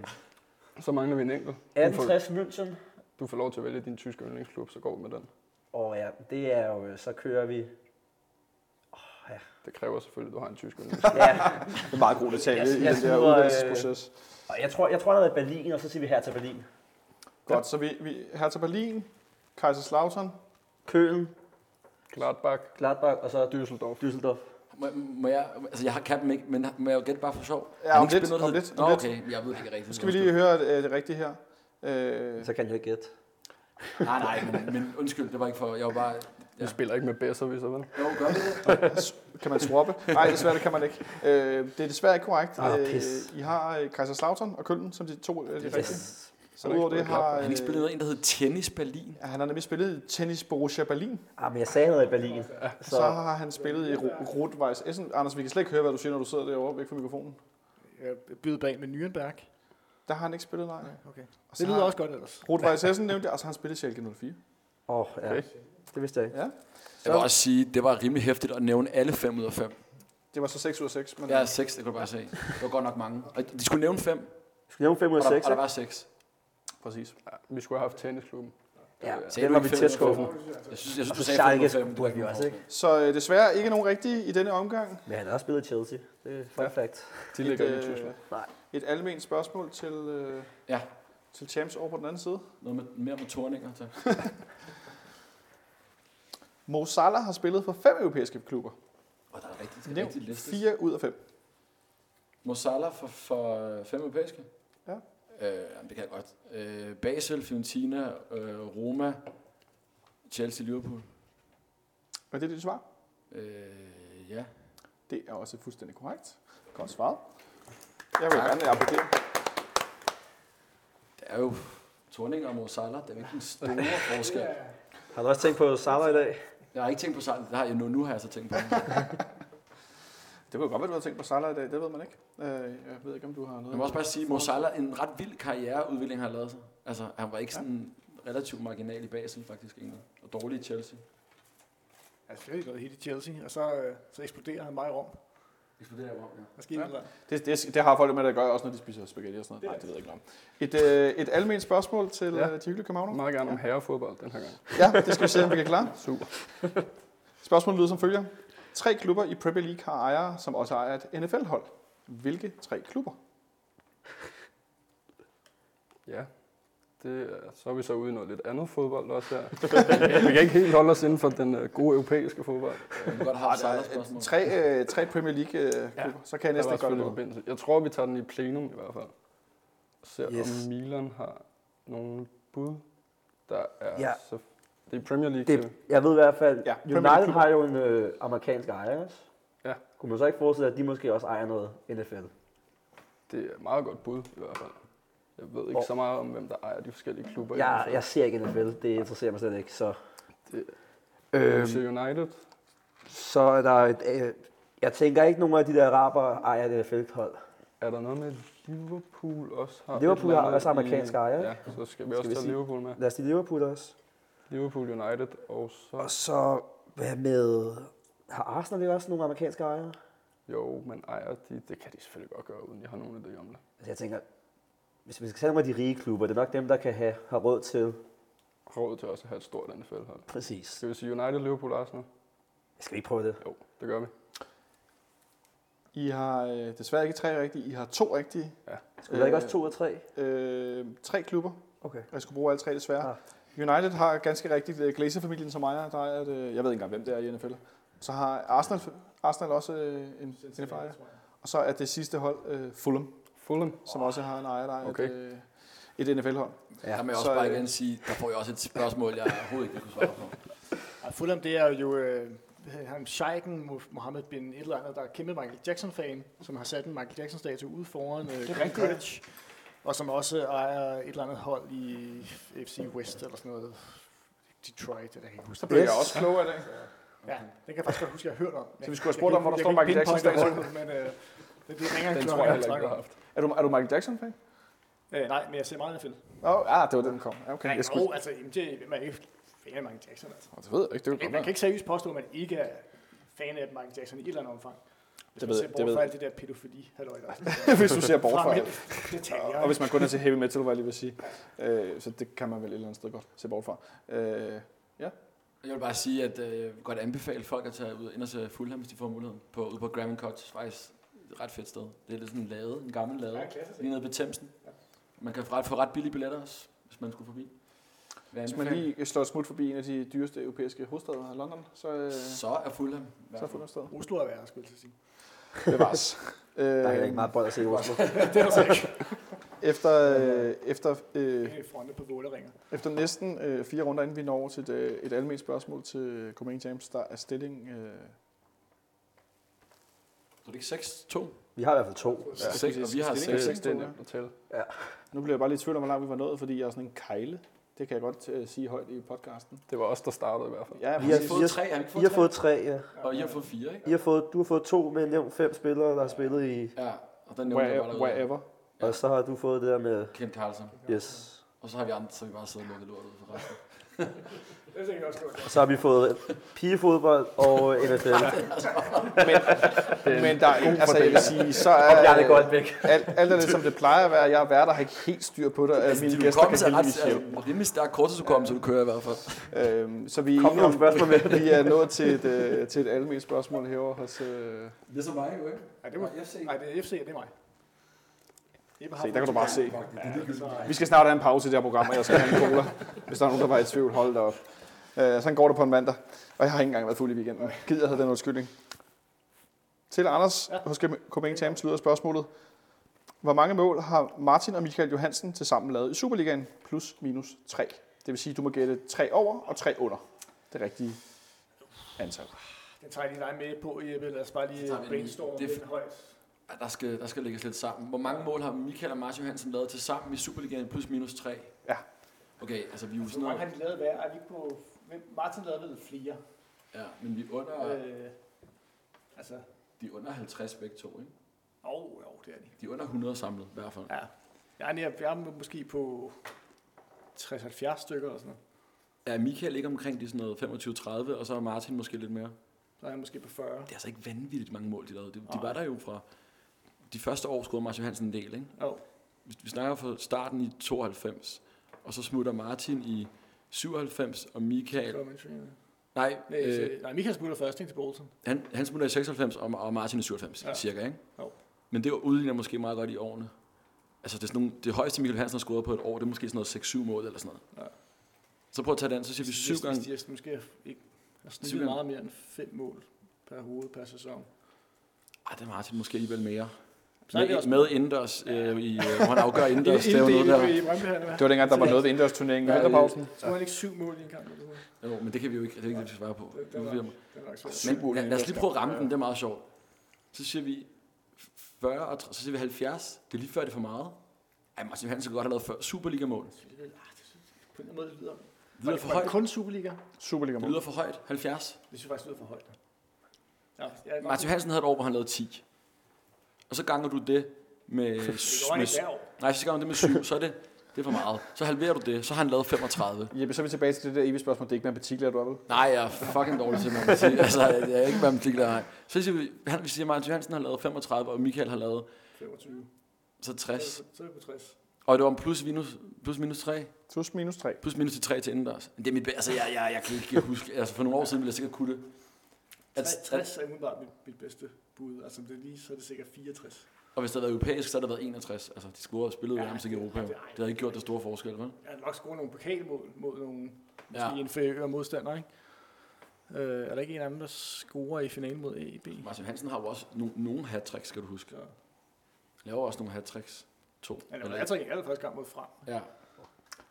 Speaker 6: så mangler vi en enkelt. Du får,
Speaker 5: 1860 München.
Speaker 6: du får lov til at vælge din tyske yndlingsklub, så går vi med den.
Speaker 5: Og ja, det er jo... øh, Så kører vi...
Speaker 6: Det kræver selvfølgelig, at du har en tysk yndlingsklub.
Speaker 5: Ja,
Speaker 2: Det er meget god detalje
Speaker 5: Jeg-
Speaker 2: i den
Speaker 5: jeg
Speaker 2: der
Speaker 5: smider,
Speaker 2: udvalgelsesproces.
Speaker 5: og jeg tror, jeg tror, han har været i Berlin, og så siger vi her til Berlin.
Speaker 2: Godt, så vi, vi Hertha Berlin, Kaiserslautern.
Speaker 5: Kølen,
Speaker 6: Gladbach,
Speaker 5: Gladbach og så
Speaker 6: Düsseldorf.
Speaker 5: Düsseldorf.
Speaker 3: Må, må jeg, altså jeg har kan dem ikke, men må jeg jo gætte bare for sjov?
Speaker 2: Ja,
Speaker 3: Har han
Speaker 2: om
Speaker 3: ikke
Speaker 2: lidt,
Speaker 3: spillet noget,
Speaker 2: om
Speaker 3: der
Speaker 2: lidt,
Speaker 3: hed- Nå,
Speaker 2: om lidt.
Speaker 3: okay, jeg ved ikke rigtigt.
Speaker 2: Nu skal vi lige høre øh, det rigtige her. Øh,
Speaker 5: Så kan jeg ikke gætte.
Speaker 3: Nej, nej, men, men undskyld, det var ikke for... Jeg var bare... Jeg
Speaker 6: Vi spiller ikke med bedser, vi så vel.
Speaker 3: Jo, gør vi det?
Speaker 2: Kan man swappe? Nej, desværre det kan man ikke. Øh, det er desværre ikke korrekt.
Speaker 5: Ah,
Speaker 2: Øh,
Speaker 5: pis.
Speaker 2: I har øh, Kaiserslautern og Køln som de to øh, de rigtige.
Speaker 5: Yes.
Speaker 2: Så udover det har...
Speaker 3: Han har
Speaker 2: Øh,
Speaker 3: ikke spillet noget, en, der hedder Tennis Berlin.
Speaker 2: han har nemlig spillet i tennis Borussia Berlin.
Speaker 5: Ah, men jeg sagde noget i Berlin. Så,
Speaker 2: Så har han spillet i Ro- Rotweiss Essen. Anders, vi kan slet ikke høre, hvad du siger, når du sidder derovre væk fra mikrofonen.
Speaker 4: Jeg byder bag med Nürnberg.
Speaker 2: Der har han ikke spillet, nej.
Speaker 4: Okay.
Speaker 2: Og så
Speaker 4: Det lyder
Speaker 2: har-
Speaker 4: også godt ellers.
Speaker 2: Rotweiss Essen nævnte jeg, og så har han spillet i Schalke 04.
Speaker 5: åh, ja.
Speaker 6: Okay.
Speaker 5: Det vidste jeg ikke.
Speaker 2: Ja,
Speaker 3: Jeg vil også sige, det var rimelig hæftigt at nævne alle fem ud af fem.
Speaker 2: det var så 6 ud af 6. Men
Speaker 3: Jeg er seks, det kunne jeg bare se. Det var godt nok mange. Og de skulle nævne fem, og
Speaker 5: Skal nævne 5 ud af
Speaker 3: der,
Speaker 5: 6,
Speaker 3: og der var seks.
Speaker 2: Præcis.
Speaker 6: Ja, vi skulle have haft tennisklubben.
Speaker 5: Ja,
Speaker 3: Sagde
Speaker 5: den
Speaker 3: du
Speaker 5: var vi
Speaker 3: ikke fem
Speaker 5: tæt
Speaker 3: ud af fem?
Speaker 5: skuffet.
Speaker 3: Jeg synes, jeg
Speaker 5: Og
Speaker 3: synes
Speaker 5: så
Speaker 3: du sagde fem ud af fem.
Speaker 5: Schalke
Speaker 3: Det var
Speaker 5: burde vi
Speaker 3: ikke
Speaker 5: også,
Speaker 3: hårdt.
Speaker 5: ikke?
Speaker 2: Så øh, desværre ikke nogen rigtige i denne omgang.
Speaker 5: Men han har også spillet i Chelsea. Det er fun fact.
Speaker 6: De ligger ikke i
Speaker 2: øh,
Speaker 6: Tyskland.
Speaker 5: Nej.
Speaker 2: Et almindeligt spørgsmål til, øh,
Speaker 3: Ja.
Speaker 2: til Champs over på den anden side.
Speaker 3: Noget med, mere med torninger. Tak.
Speaker 2: Mo Salah har spillet for fem europæiske klubber.
Speaker 3: Og der er rigtig, det er rigtig
Speaker 2: Nævnt
Speaker 3: liste.
Speaker 2: 4 ud af 5.
Speaker 3: Mo Salah for, for fem europæiske?
Speaker 2: Ja.
Speaker 3: Øh, jamen, det kan jeg godt. Øh, Basel, Fiorentina, øh, Roma, Chelsea, Liverpool.
Speaker 2: Og det er dit svar.
Speaker 3: Øh, ja.
Speaker 2: Det er også fuldstændig korrekt. Godt svaret. Jeg vil gerne applaudere.
Speaker 3: Det er jo Torninger og Mo Salah. Det er jo ikke den store forskel.
Speaker 5: Har du også tænkt på Salah i dag?
Speaker 3: Jeg har ikke tænkt på Salah. Det har jeg nu, nu har jeg så tænkt på. ham.
Speaker 2: Det kunne godt være, du havde tænkt på Salah i dag. Det ved man ikke. Øh, jeg ved ikke, om du har
Speaker 3: Jeg må
Speaker 2: noget.
Speaker 3: også bare sige, at Mo Salah en ret vild karriereudvikling har lavet sig. Altså, han var ikke sådan relativt marginal i Basel faktisk egentlig. Og dårlig i Chelsea.
Speaker 4: Altså, det er noget helt i Chelsea, og så, øh, så eksploderer han meget i Rom.
Speaker 3: Eksploderer Rom, ja.
Speaker 4: Der sker
Speaker 2: Ja.
Speaker 4: ja. noget.
Speaker 2: Det, det, det har folk det med, der gør også, når de spiser spaghetti og sådan noget. Nej, det ved jeg ikke noget om. Et, øh, et almindeligt spørgsmål til,
Speaker 6: Ja.
Speaker 2: ja. til Hyggelige Københavner.
Speaker 6: Meget gerne om herrefodbold den her gang.
Speaker 2: Ja, det skal vi se, om vi kan klare.
Speaker 6: Super.
Speaker 2: Spørgsmålet lyder som følger. Tre klubber i Premier League har ejere, som også ejer et NFL-hold. Hvilke tre klubber?
Speaker 6: Ja. Det, er- så er vi så ude i noget lidt andet fodbold også her. vi kan ikke helt holde os inden for den øh, gode europæiske fodbold.
Speaker 3: Jeg kunne godt have haft Salah spørgsmål.
Speaker 2: Tre, øh, tre Premier League-klubber. Ja. Så kan jeg
Speaker 6: Der var
Speaker 2: næsten ikke gøre
Speaker 6: selvfølgelig
Speaker 2: det.
Speaker 6: forbindelse. Jeg tror, vi tager den i plenum i hvert fald. Og ser,
Speaker 5: Yes.
Speaker 6: om Milan har nogle bud. Der er
Speaker 5: Ja.
Speaker 6: så, det er Premier League.
Speaker 5: Det,
Speaker 6: Det.
Speaker 5: jeg ved i hvert fald,
Speaker 2: Ja,
Speaker 5: ja,
Speaker 2: Premier
Speaker 5: United
Speaker 2: League-klubber.
Speaker 5: har jo en øh, amerikansk ejer også.
Speaker 6: Ja.
Speaker 5: Kunne man så ikke forestille sig, at de måske også ejer noget NFL?
Speaker 6: det er et meget godt bud i hvert fald. Jeg ved ikke
Speaker 5: Hvor-
Speaker 6: så meget om, hvem der ejer de forskellige klubber. i hvert
Speaker 5: Jeg,
Speaker 6: fald.
Speaker 5: jeg ser ikke NFL, det interesserer mig slet ikke, så...
Speaker 6: Det-
Speaker 5: Øhm,
Speaker 6: FC United.
Speaker 5: så er der et, øh, jeg tænker ikke, nogen af de der araber ejer et NFL-hold.
Speaker 6: Er der noget med Liverpool også? Har et
Speaker 5: Liverpool
Speaker 6: eller
Speaker 5: har
Speaker 6: andet
Speaker 5: også amerikanske
Speaker 6: i-
Speaker 5: ejere,
Speaker 6: Ja, så skal vi
Speaker 5: Skal
Speaker 6: også
Speaker 5: vi
Speaker 6: tage
Speaker 5: sige-
Speaker 6: Liverpool med.
Speaker 5: Lad os lige Liverpool også.
Speaker 6: Liverpool United og så...
Speaker 5: Og så, hvad med... Har Arsenal ikke også nogle amerikanske ejere?
Speaker 6: Jo, men ejer de... Det kan de selvfølgelig godt gøre, uden jeg har nogen idé om det.
Speaker 5: Altså jeg tænker, hvis vi skal tage nogle af de rige klubber, det er nok dem, der kan have, have råd til...
Speaker 6: Råd til også at have et stort NFL-hold.
Speaker 5: Præcis.
Speaker 6: Skal vi sige United, Liverpool, Arsenal?
Speaker 5: Skal vi ikke prøve det?
Speaker 6: Jo, det gør vi.
Speaker 2: I har øh, desværre ikke tre rigtige. I har to rigtige.
Speaker 5: Skulle der ikke også to og tre?
Speaker 2: Øh, tre klubber.
Speaker 5: Okay.
Speaker 2: Jeg skulle bruge alle tre desværre.
Speaker 5: Ah.
Speaker 2: United har ganske rigtigt øh, Glazer-familien som ejer. Der er et, øh, jeg ved ikke engang, hvem det er i NFL. Så har Arsenal, Arsenal også øh, en NFL-ejer. Og så er det sidste hold øh, Fulham,
Speaker 6: Fulham.
Speaker 2: som også har en ejer, der er
Speaker 6: Okay.
Speaker 2: et, øh, et NFL-hold.
Speaker 5: Ja,
Speaker 3: Der må jeg også
Speaker 2: så,
Speaker 3: bare
Speaker 2: øh,
Speaker 3: igen sige, der får jeg også et spørgsmål, jeg overhovedet ikke kunne svare på.
Speaker 4: Ja, Fulham, det er jo øh, han Sheiken Mohammed bin et eller andet, der er kæmpe Michael Jackson-fan, som har sat en Michael Jackson-statue ude foran øh, Green Cottage, og som også ejer et eller andet hold i FC West eller sådan noget. Detroit, det kan jeg ikke huske.
Speaker 2: Så bliver
Speaker 5: Yes.
Speaker 2: jeg også klogere i dag.
Speaker 4: Ja, det kan jeg faktisk godt huske, jeg har hørt om.
Speaker 2: Så vi skulle have spurgt om, hvor der står Michael
Speaker 4: Jackson-statue. Men øh, det, det ringer
Speaker 6: Den
Speaker 4: en
Speaker 6: tror
Speaker 4: klokke,
Speaker 6: jeg
Speaker 4: jeg
Speaker 6: heller ikke,
Speaker 4: snakker
Speaker 6: du har
Speaker 4: om.
Speaker 6: haft.
Speaker 2: Er du, er du Michael Jackson-fan?
Speaker 4: Øh, nej, men jeg ser meget af film.
Speaker 2: Åh, oh, ja, det var den, der kom. Ja, Okay,
Speaker 4: Nej,
Speaker 2: jeg skulle...
Speaker 4: jo, altså, jamen, det, man er ikke fan af Michael Jackson. Altså.
Speaker 2: Det ved jeg ikke, det
Speaker 4: Man,
Speaker 2: kan
Speaker 4: man
Speaker 2: godt
Speaker 4: kan ikke seriøst påstå, at man ikke er fan af Michael Jackson i et eller andet omfang. Hvis
Speaker 2: Det
Speaker 4: det
Speaker 2: ved-
Speaker 4: ved,
Speaker 2: det
Speaker 4: man ser bort
Speaker 2: ved
Speaker 4: fra
Speaker 2: jeg.
Speaker 4: alt det der pædofili, halløj, der er
Speaker 2: være. Hvis du ser bort fra
Speaker 4: fremmede
Speaker 2: alt.
Speaker 4: detaljer.
Speaker 2: Og hvis man kun er til heavy metal, var jeg lige vil sige. Øh, så det kan man vel et eller andet sted godt se bort fra. Øh,
Speaker 3: Jeg vil bare sige, at øh, jeg vil godt anbefale folk at tage ud ind og se Fulham, hvis de får muligheden, på, ude på Graham Cottage. Faktisk et ret fedt sted. Det er lidt sådan en lade, en gammel lade, lige nede ved Thamesen. Man kan få ret, få ret billige billetter også, hvis man skulle forbi. Hvad
Speaker 2: hvis man lige slår et smut forbi en af de dyreste europæiske hovedsteder, London, så, øh, så
Speaker 3: Så er Fulham.
Speaker 2: er fuldt sted.
Speaker 4: Oslo er værre, skulle jeg til at sige.
Speaker 2: Bevares. Øh,
Speaker 5: Der er heller ikke meget bold at se i Oslo.
Speaker 4: Det er der så ikke.
Speaker 2: Efter, øh, efter, øh,
Speaker 4: Øh, Fronte på våleringer.
Speaker 2: efter næsten øh, fire runder, inden vi når over til et, øh, et almindeligt spørgsmål til Copenhagen James, der er stilling... Øh,
Speaker 3: Så er det ikke 6-2?
Speaker 5: Vi har i hvert fald to.
Speaker 3: Ja. 6, og vi har
Speaker 2: Stilling
Speaker 6: Det,
Speaker 2: 6-2,
Speaker 6: det,
Speaker 3: 6.
Speaker 6: det er
Speaker 2: ja.
Speaker 6: nemt at tælle.
Speaker 2: nu bliver jeg bare lidt i tvivl om, hvor langt vi var nået, fordi jeg er sådan en kejle. Det kan jeg godt øh, sige højt i podcasten.
Speaker 6: Det var os, der startede i hvert fald.
Speaker 2: Ja,
Speaker 5: Vi
Speaker 3: Vi
Speaker 2: præcis.
Speaker 3: har
Speaker 5: har-
Speaker 3: fået 3, har vi ikke
Speaker 5: I
Speaker 3: fået
Speaker 5: har fået tre, ja.
Speaker 3: 3? Og I har fået 4, ikke?
Speaker 5: I har fået, du har fået to med nævnt fem spillere, der har spillet i...
Speaker 3: Ja, og den nævnte jeg bare
Speaker 2: Where,
Speaker 3: derude.
Speaker 2: wherever.
Speaker 5: Og så har du fået det der med...
Speaker 3: Ken Carlsen.
Speaker 5: Yes.
Speaker 3: Og så har vi andre, så har vi bare siddet og lukket lortet ud for resten.
Speaker 4: Det tænker jeg også godt.
Speaker 5: Og så har vi fået pigefodbold og NFL.
Speaker 2: Men der, er- altså, jeg vil sige, så er...
Speaker 5: Jeg er det godt væk.
Speaker 2: Alt, alt er lidt, som det plejer at være. Jeg er vært, der har ikke helt styr på det. Altså, mine
Speaker 3: Din
Speaker 2: gæster
Speaker 3: hukommelse
Speaker 2: kan
Speaker 3: er ret,
Speaker 2: heldigvis
Speaker 3: altså,
Speaker 2: hjælpe.
Speaker 3: rimelig stærk korttidshukommelse, du kører i hvert fald.
Speaker 2: Øhm, så vi, er
Speaker 5: Kom
Speaker 2: enige
Speaker 5: nogle
Speaker 2: om-
Speaker 5: spørgsmål med.
Speaker 2: vi er nået til et, øh, til et almindeligt spørgsmål herovre hos... Øh,
Speaker 3: Det er så mig, jo ikke?
Speaker 4: Ej, det var,
Speaker 3: FC.
Speaker 4: ej, det er FC, og det er mig. Ebbe har
Speaker 2: se, der kan du bare se.
Speaker 4: Så,
Speaker 2: Vi skal snart have en pause i det her program, og jeg skal have en cola. Hvis der er nogen, der var i tvivl, hold da op. Øh, sådan går det på en mandag, og jeg har ikke engang været fuld i weekenden. Gider jeg have den undskyldning. Til Anders ja. hos Copenhagen Champs lyder spørgsmålet. Hvor mange mål har Martin og Michael Johansen til sammen lavet i Superligaen? Plus minus 3. Det vil sige, at du må gætte 3 over og 3 under. Det rigtige antal.
Speaker 4: den tager jeg lige dig med på, Ebbe. Lad os bare
Speaker 3: Så tager
Speaker 4: lige
Speaker 3: vi den lige.
Speaker 4: brainstorme
Speaker 3: Det er-
Speaker 4: lidt højt.
Speaker 3: Ja, der skal, der skal lægges lidt sammen. Hvor mange mål har Michael og Martin Johansen lavet til sammen i Superligaen plus minus 3?
Speaker 2: Ja.
Speaker 3: Okay, altså vi er jo
Speaker 4: Hvor
Speaker 3: sådan
Speaker 4: mange
Speaker 3: noget.
Speaker 4: har de lavet hver? Er vi på... hvem- Martin lavede vel flere.
Speaker 3: Ja, men vi er under,
Speaker 4: Øh, altså,
Speaker 3: de er under 50 begge to, ikke?
Speaker 4: jo, jo, det er de.
Speaker 3: De er under 100 samlet, i hvert fald.
Speaker 4: Ja. Jeg er, nær, jeg er måske på 60-70 stykker eller sådan noget.
Speaker 3: Ja, Michael ligger omkring de sådan noget 25-30, og så er Martin måske lidt mere.
Speaker 4: Så er jeg måske på 40.
Speaker 3: Det er altså ikke vanvittigt mange mål, de lavede. De, de
Speaker 4: Nej.
Speaker 3: var der jo fra de første år, scorede Martin Johansen en del, ikke?
Speaker 4: Jo,
Speaker 3: Vi, vi snakker fra starten i 92, og så smutter Martin i 97, og Michael...
Speaker 4: Coventry.
Speaker 3: Nej,
Speaker 4: Nej,
Speaker 3: øh,
Speaker 4: øh, nej, Michael smutter først ikke til Bolton.
Speaker 3: han, han smutter i 96, og, og Martin i 97,
Speaker 4: Ja.
Speaker 3: ja. cirka, ikke?
Speaker 4: Jo.
Speaker 3: Men det udligner måske meget godt i årene. Altså, det, er sådan nogle, det højeste Michael Hansen har scoret på et år, det er måske sådan noget 6-7 mål eller sådan noget.
Speaker 4: Ja.
Speaker 3: Ja. Så prøv at tage den, så siger vi syv
Speaker 4: Hvis-
Speaker 3: gange...
Speaker 4: Hvis de er måske ikke har
Speaker 3: Syv
Speaker 4: snittet
Speaker 3: gange.
Speaker 4: meget mere end fem mål per hoved per sæson.
Speaker 3: Ej, Ah, det er Martin måske alligevel mere.
Speaker 4: Så er det
Speaker 3: Med,
Speaker 4: også-
Speaker 3: med indendørs, øh, i, øh, hvor han afgør indendørs, det er jo
Speaker 4: Inden
Speaker 3: noget der...
Speaker 4: i Brøndby her, eller
Speaker 2: Det var dengang, der var noget ved indendørsturneringen i
Speaker 3: Ja,
Speaker 2: vinterpausen.
Speaker 4: Så var han ikke syv mål i en kamp. Eller hvad?
Speaker 3: Jo, men det kan vi jo ikke, det er ikke det, vi svarer på.
Speaker 4: Det- det
Speaker 3: Nu
Speaker 4: var-
Speaker 3: bliver-
Speaker 4: Det er nok svært.
Speaker 3: Men lad, lad os lige prøve at ramme
Speaker 4: Ja.
Speaker 3: den, det er meget sjovt. Så siger vi 40, og tre- så siger vi 70. Det er lige før, det er for meget. Ej, Martin Hansen kunne godt have lavet før Superliga-mål.
Speaker 4: På en eller anden måde det lyder
Speaker 3: Det lyder for
Speaker 4: Var det
Speaker 3: højt.
Speaker 4: kun Superliga.
Speaker 3: Det
Speaker 2: Superliga-mål.
Speaker 3: lyder for højt. 70.
Speaker 4: Det synes jeg faktisk lyder for højt. Ja, ja,
Speaker 3: Martin Hansen havde et år, hvor han lavede 10. Og så ganger du det med...
Speaker 4: Det var
Speaker 3: med
Speaker 4: ikke hver år.
Speaker 3: nej, så ganger du det med 7, så er det, det er for meget. Så halverer du det, så har han lavet 35.
Speaker 2: Jeppe, så er vi tilbage til det der evige spørgsmål. Det er ikke matematiklærer, du er vel?
Speaker 3: Nej, jeg er fucking dårlig til matematik. altså, jeg er ikke matematiklærer. nej. Så siger vi, han, vi siger, Martin Johansen har lavet 35, og Michael har lavet
Speaker 4: 25.
Speaker 3: så 60.
Speaker 4: Så er det på 60.
Speaker 3: Og det var en plus, minus, plus minus 3.
Speaker 2: Plus minus 3.
Speaker 3: Plus minus til 3 til indendørs. Men Det er mit, be- altså, jeg, jeg, jeg kan ikke huske. Altså, for nogle år siden ville jeg sikkert kunne det. At,
Speaker 4: 60 er umiddelbart mit, mit bedste bud. Altså, om det er lige, så er det sikkert 64.
Speaker 3: og hvis det havde været europæisk, så havde det været 61. Altså, de scorede og spillede jo nærmest ikke i Europa. Det havde ikke gjort det store forskel, vel?
Speaker 4: Jeg har nok scoret nogle pokalmål mod nogle måske
Speaker 3: Ja.
Speaker 4: ja. inferiøre modstandere, ikke? Øh, er der ikke en anden, der scorer i finalen mod AEB?
Speaker 3: Martin Hansen har jo også no- nogle hat skal du huske.
Speaker 4: Ja.
Speaker 3: Han laver også nogle hat To.
Speaker 4: Eller,
Speaker 3: Eller-
Speaker 4: jeg tror ikke, alle første kamp mod frem.
Speaker 3: Ja.
Speaker 5: Det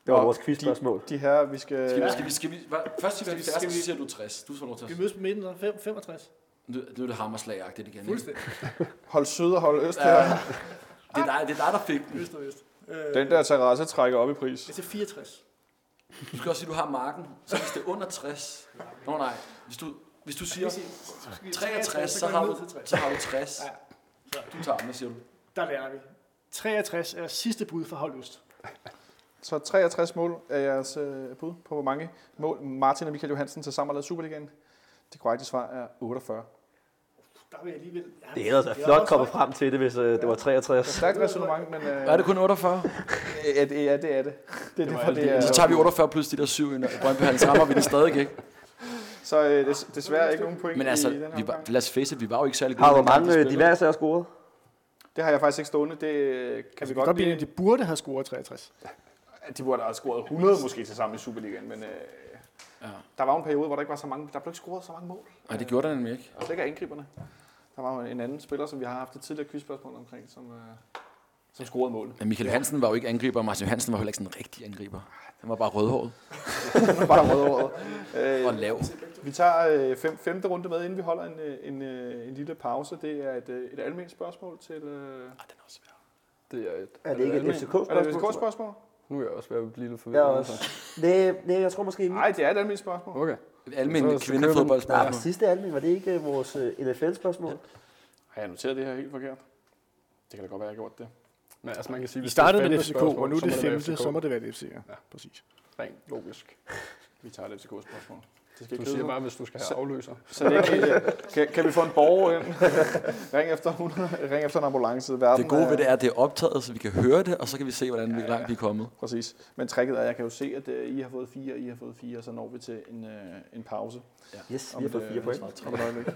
Speaker 5: var
Speaker 2: Og
Speaker 5: vores
Speaker 2: de,
Speaker 5: quizspørgsmål.
Speaker 2: de her, vi skal...
Speaker 3: Skal vi, skal vi, skal vi, hvad, først siger
Speaker 4: Skal
Speaker 3: vi
Speaker 4: vi-
Speaker 3: 70,
Speaker 4: skal
Speaker 3: så
Speaker 4: vi-
Speaker 3: siger du 60. Du får lov til
Speaker 4: Skal vi
Speaker 3: at...
Speaker 4: mødes på midten af fem- 65?
Speaker 3: Nu, nu er det hammerslagagtigt igen. Ikke?
Speaker 4: Fuldstændig.
Speaker 2: Hold syd og hold øst
Speaker 3: Ja.
Speaker 2: her.
Speaker 3: Det er dig, det er dig, der fik den.
Speaker 4: Øst og øst. Øh,
Speaker 2: Den der terrasse trækker op i pris.
Speaker 4: Det er til 64.
Speaker 3: Du skal også sige, at du har marken. Så hvis det er under 60... Nå nej. Hvis du, hvis du siger...
Speaker 4: Så skal vi
Speaker 3: 63, så
Speaker 4: går
Speaker 3: har,
Speaker 4: vi
Speaker 3: du,
Speaker 4: ned til 60.
Speaker 3: så har du 60.
Speaker 4: Ja.
Speaker 3: Du tager den, hvad siger du?
Speaker 4: Der lærer vi. 63 er sidste bud fra Hold Øst.
Speaker 2: Så 63 mål er jeres øh, bud på, hvor mange mål Martin og Michael Johansen til sammen har lavet i Superligaen. Det korrekte svar er 48.
Speaker 4: Der vil jeg alligevel... Ja,
Speaker 5: Det er ellers
Speaker 4: er
Speaker 5: flot
Speaker 4: også
Speaker 5: kommet
Speaker 4: højt.
Speaker 5: frem til det, hvis øh, det var 63.
Speaker 2: Stærkt resonemang, men... Øh,
Speaker 3: Er det kun 48?
Speaker 2: Ja, det, ja, det er det. Det er det, for det er,
Speaker 3: Så tager vi 48 plus de der 7 ind, og Brøndby Hals rammer vi den stadig, ikke?
Speaker 2: så øh, des, desværre ikke nogen point
Speaker 3: Men altså,
Speaker 2: i den her
Speaker 3: vi var,
Speaker 2: omgang.
Speaker 3: lad os face it, vi var jo ikke særlig gode.
Speaker 5: Har hvor
Speaker 3: dengang,
Speaker 5: mange øh, de
Speaker 3: spillede.
Speaker 5: hver sær scoret?
Speaker 2: Det har jeg faktisk ikke stående. Det øh,
Speaker 3: Altså,
Speaker 2: kan vi godt blive.
Speaker 4: de burde have scoret 63.
Speaker 2: De burde have scoret 100 måske til sammen i Superligaen, men øh,
Speaker 3: Ja.
Speaker 2: der var jo en periode, hvor der ikke var så mange, der blev ikke scoret så mange mål.
Speaker 3: Nej, det gjorde der nemlig ikke.
Speaker 2: Og slet ikke af angriberne. Der var jo en anden spiller, som vi har haft et tidligere quizspørgsmål omkring, som øh, som scorede målet.
Speaker 3: Men Michael Hansen var jo ikke angriber, og Martin Hansen var heller ikke sådan en rigtig angriber. Han var bare rødhåret
Speaker 2: Bare rødhåret. Øh,
Speaker 3: og lav.
Speaker 2: Vi tager øh, fem, femte runde med, inden vi holder en, øh, en, øh, en lille pause. Det er et, øh, et almindeligt spørgsmål til... Øh,
Speaker 3: Ah, den er også svær.
Speaker 6: Det er et...
Speaker 5: Er det ikke et
Speaker 2: er det et kort
Speaker 5: FCK-spørgsmål?
Speaker 2: spørgsmål?
Speaker 6: Nu er jeg også ved at blive lidt
Speaker 5: Jeg
Speaker 6: forvirret.
Speaker 5: er også. Nej, nej, jeg tror måske...
Speaker 2: Nej, det er et almindeligt spørgsmål.
Speaker 6: Okay.
Speaker 3: Almindelig
Speaker 6: Så- så kører man-
Speaker 5: Nej,
Speaker 3: kvindefodboldspørgsmål.
Speaker 5: sidste almen, var det ikke øh, vores NFL-spørgsmål?
Speaker 2: Har jeg noteret det her helt forkert? Det kan da godt være, jeg har gjort det.
Speaker 6: Men altså, man kan sige,
Speaker 4: Vi
Speaker 6: hvis
Speaker 4: startede
Speaker 6: det er
Speaker 4: med
Speaker 6: et
Speaker 4: et FCK,
Speaker 6: spørgsmål,
Speaker 4: og nu er
Speaker 6: så
Speaker 4: det
Speaker 6: må være
Speaker 4: femte,
Speaker 6: FCK.
Speaker 4: så må det være et FCK. Ja,
Speaker 6: Ja.
Speaker 4: præcis.
Speaker 6: Rent logisk.
Speaker 2: Vi tager et FCK-spørgsmål. Det skal
Speaker 6: Du
Speaker 2: ikke
Speaker 6: siger
Speaker 2: hedde
Speaker 6: bare, hvis du skal have
Speaker 2: Så-
Speaker 6: afløser.
Speaker 2: Så det er ikke, kan, kan vi få en borger ind? ring, efter, 100 ring efter en ambulance. Verden
Speaker 3: Det gode ved
Speaker 2: er-
Speaker 3: det er, at det er optaget, så vi kan høre det, og så kan vi se, hvordan vi langt vi er kommet.
Speaker 2: Præcis. Men tricket er, at jeg kan jo se, at øh, I har fået fire, I har fået fire, og så når vi til en, øh, en pause.
Speaker 5: Yes,
Speaker 2: Om
Speaker 5: vi har
Speaker 2: et,
Speaker 5: fået
Speaker 2: øh,
Speaker 5: fire point.
Speaker 2: Om et øjeblik.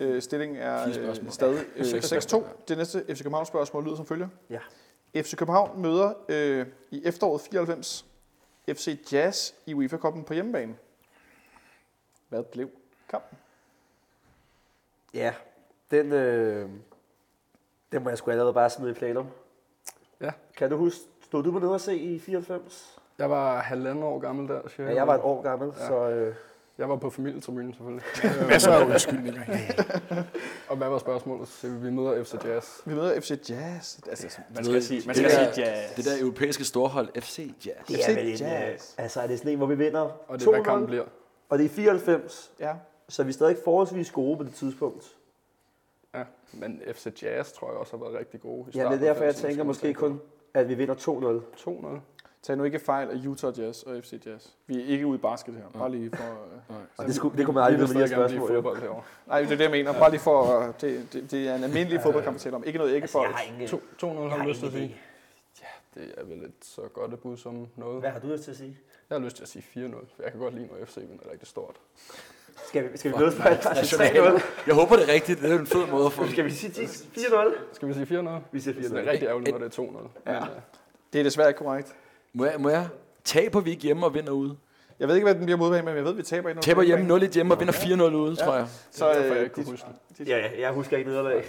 Speaker 2: Øh, stillingen er
Speaker 3: Fire
Speaker 2: øh,
Speaker 3: spørgsmål.
Speaker 2: stadig øh,
Speaker 3: Seks
Speaker 2: 6-2. Det næste FC København spørgsmål lyder som følger.
Speaker 5: Ja.
Speaker 2: FC København møder øh, i efteråret 94 FC Jazz i UEFA Cup'en på hjemmebane. Hvad blev kampen?
Speaker 5: Ja, den, øh, den må jeg sgu allerede bare smide i planum.
Speaker 6: Ja.
Speaker 5: Kan du huske, stod du på nede og se i 94?
Speaker 6: Jeg var halvanden år gammel der, siger
Speaker 5: Ja, jeg var et år gammel, ja. så øh,
Speaker 6: Jeg var på familietribunen selvfølgelig.
Speaker 4: Masser af undskyldninger.
Speaker 6: og hvad var spørgsmålet? Så vi møder FC Jazz.
Speaker 2: Vi møder FC Jazz. Altså, man
Speaker 3: Det-
Speaker 2: skal sige, man
Speaker 3: det
Speaker 2: skal
Speaker 3: der-
Speaker 2: sige Jazz.
Speaker 3: Det der europæiske storhold, FC Jazz.
Speaker 5: det
Speaker 2: FC
Speaker 5: er vel en, øh,
Speaker 2: Jazz.
Speaker 5: altså er det sådan en, hvor vi vinder
Speaker 6: Og det er, hvad kampen
Speaker 5: 2-0,
Speaker 6: bliver.
Speaker 5: og det er i 94,
Speaker 2: Ja.
Speaker 5: så vi er stadig forholdsvis gode på det tidspunkt.
Speaker 6: Ja. Men FC Jazz tror jeg også har været rigtig gode. i
Speaker 5: Ja,
Speaker 6: starten
Speaker 5: det
Speaker 6: af
Speaker 5: er derfor, jeg
Speaker 6: 90'erne,
Speaker 5: tænker
Speaker 6: skal man
Speaker 5: måske
Speaker 6: tænke
Speaker 5: kun, at vi vinder 2-0.
Speaker 6: på. 2-0.
Speaker 2: Tag nu ikke fejl af Utah Jazz og FC Jazz. Vi er ikke ude i basket her. Bare lige for... Øh.
Speaker 5: Og det, skulle, det kunne man aldrig
Speaker 6: Vi
Speaker 5: vide
Speaker 6: vil
Speaker 5: med de
Speaker 6: stadig
Speaker 5: her
Speaker 6: gerne blive
Speaker 5: spørgsmål. jo.
Speaker 6: fodbold herovre.
Speaker 2: Nej, det er det, jeg mener. Bare lige for... Øh, det, det, det er en almindelig fodboldkamp, vi taler om. Ikke noget ikke
Speaker 5: Altså,
Speaker 2: for...
Speaker 5: jeg har ingen,
Speaker 6: 2-0
Speaker 5: jeg
Speaker 6: har
Speaker 5: har
Speaker 6: jeg lyst til at
Speaker 5: ingen
Speaker 6: sige.
Speaker 5: idé.
Speaker 6: Det er vel et så godt et bud som noget.
Speaker 5: Hvad har du lyst til at sige?
Speaker 6: Jeg har lyst til at sige 4-0, for jeg kan godt lide, når FC vinder rigtig stort.
Speaker 5: Skal vi, skal vi mødes på en faktisk 3-0?
Speaker 3: Jeg håber, det er rigtigt. Det er en fed måde at få
Speaker 5: Skal vi sige 4-0?
Speaker 6: Skal vi sige 4-0?
Speaker 5: Vi siger
Speaker 6: Det
Speaker 5: 4-0.
Speaker 6: er rigtig ærgerligt, når det er 2-0. Ja. Men, øh,
Speaker 2: Det er desværre ikke korrekt.
Speaker 3: Må jeg, må jeg? Taber vi ikke hjemme og vinder ude?
Speaker 2: Jeg ved ikke, hvad den bliver modbane med, men jeg ved, vi taber 1-0.
Speaker 3: Taber hjemme 0 hjemme og vinder 4-0 ude, tror jeg.
Speaker 2: Så
Speaker 6: derfor, jeg
Speaker 2: øh,
Speaker 6: ikke kunne
Speaker 2: det,
Speaker 6: huske det.
Speaker 2: det,
Speaker 5: Ja, ja, jeg husker ikke nederlag.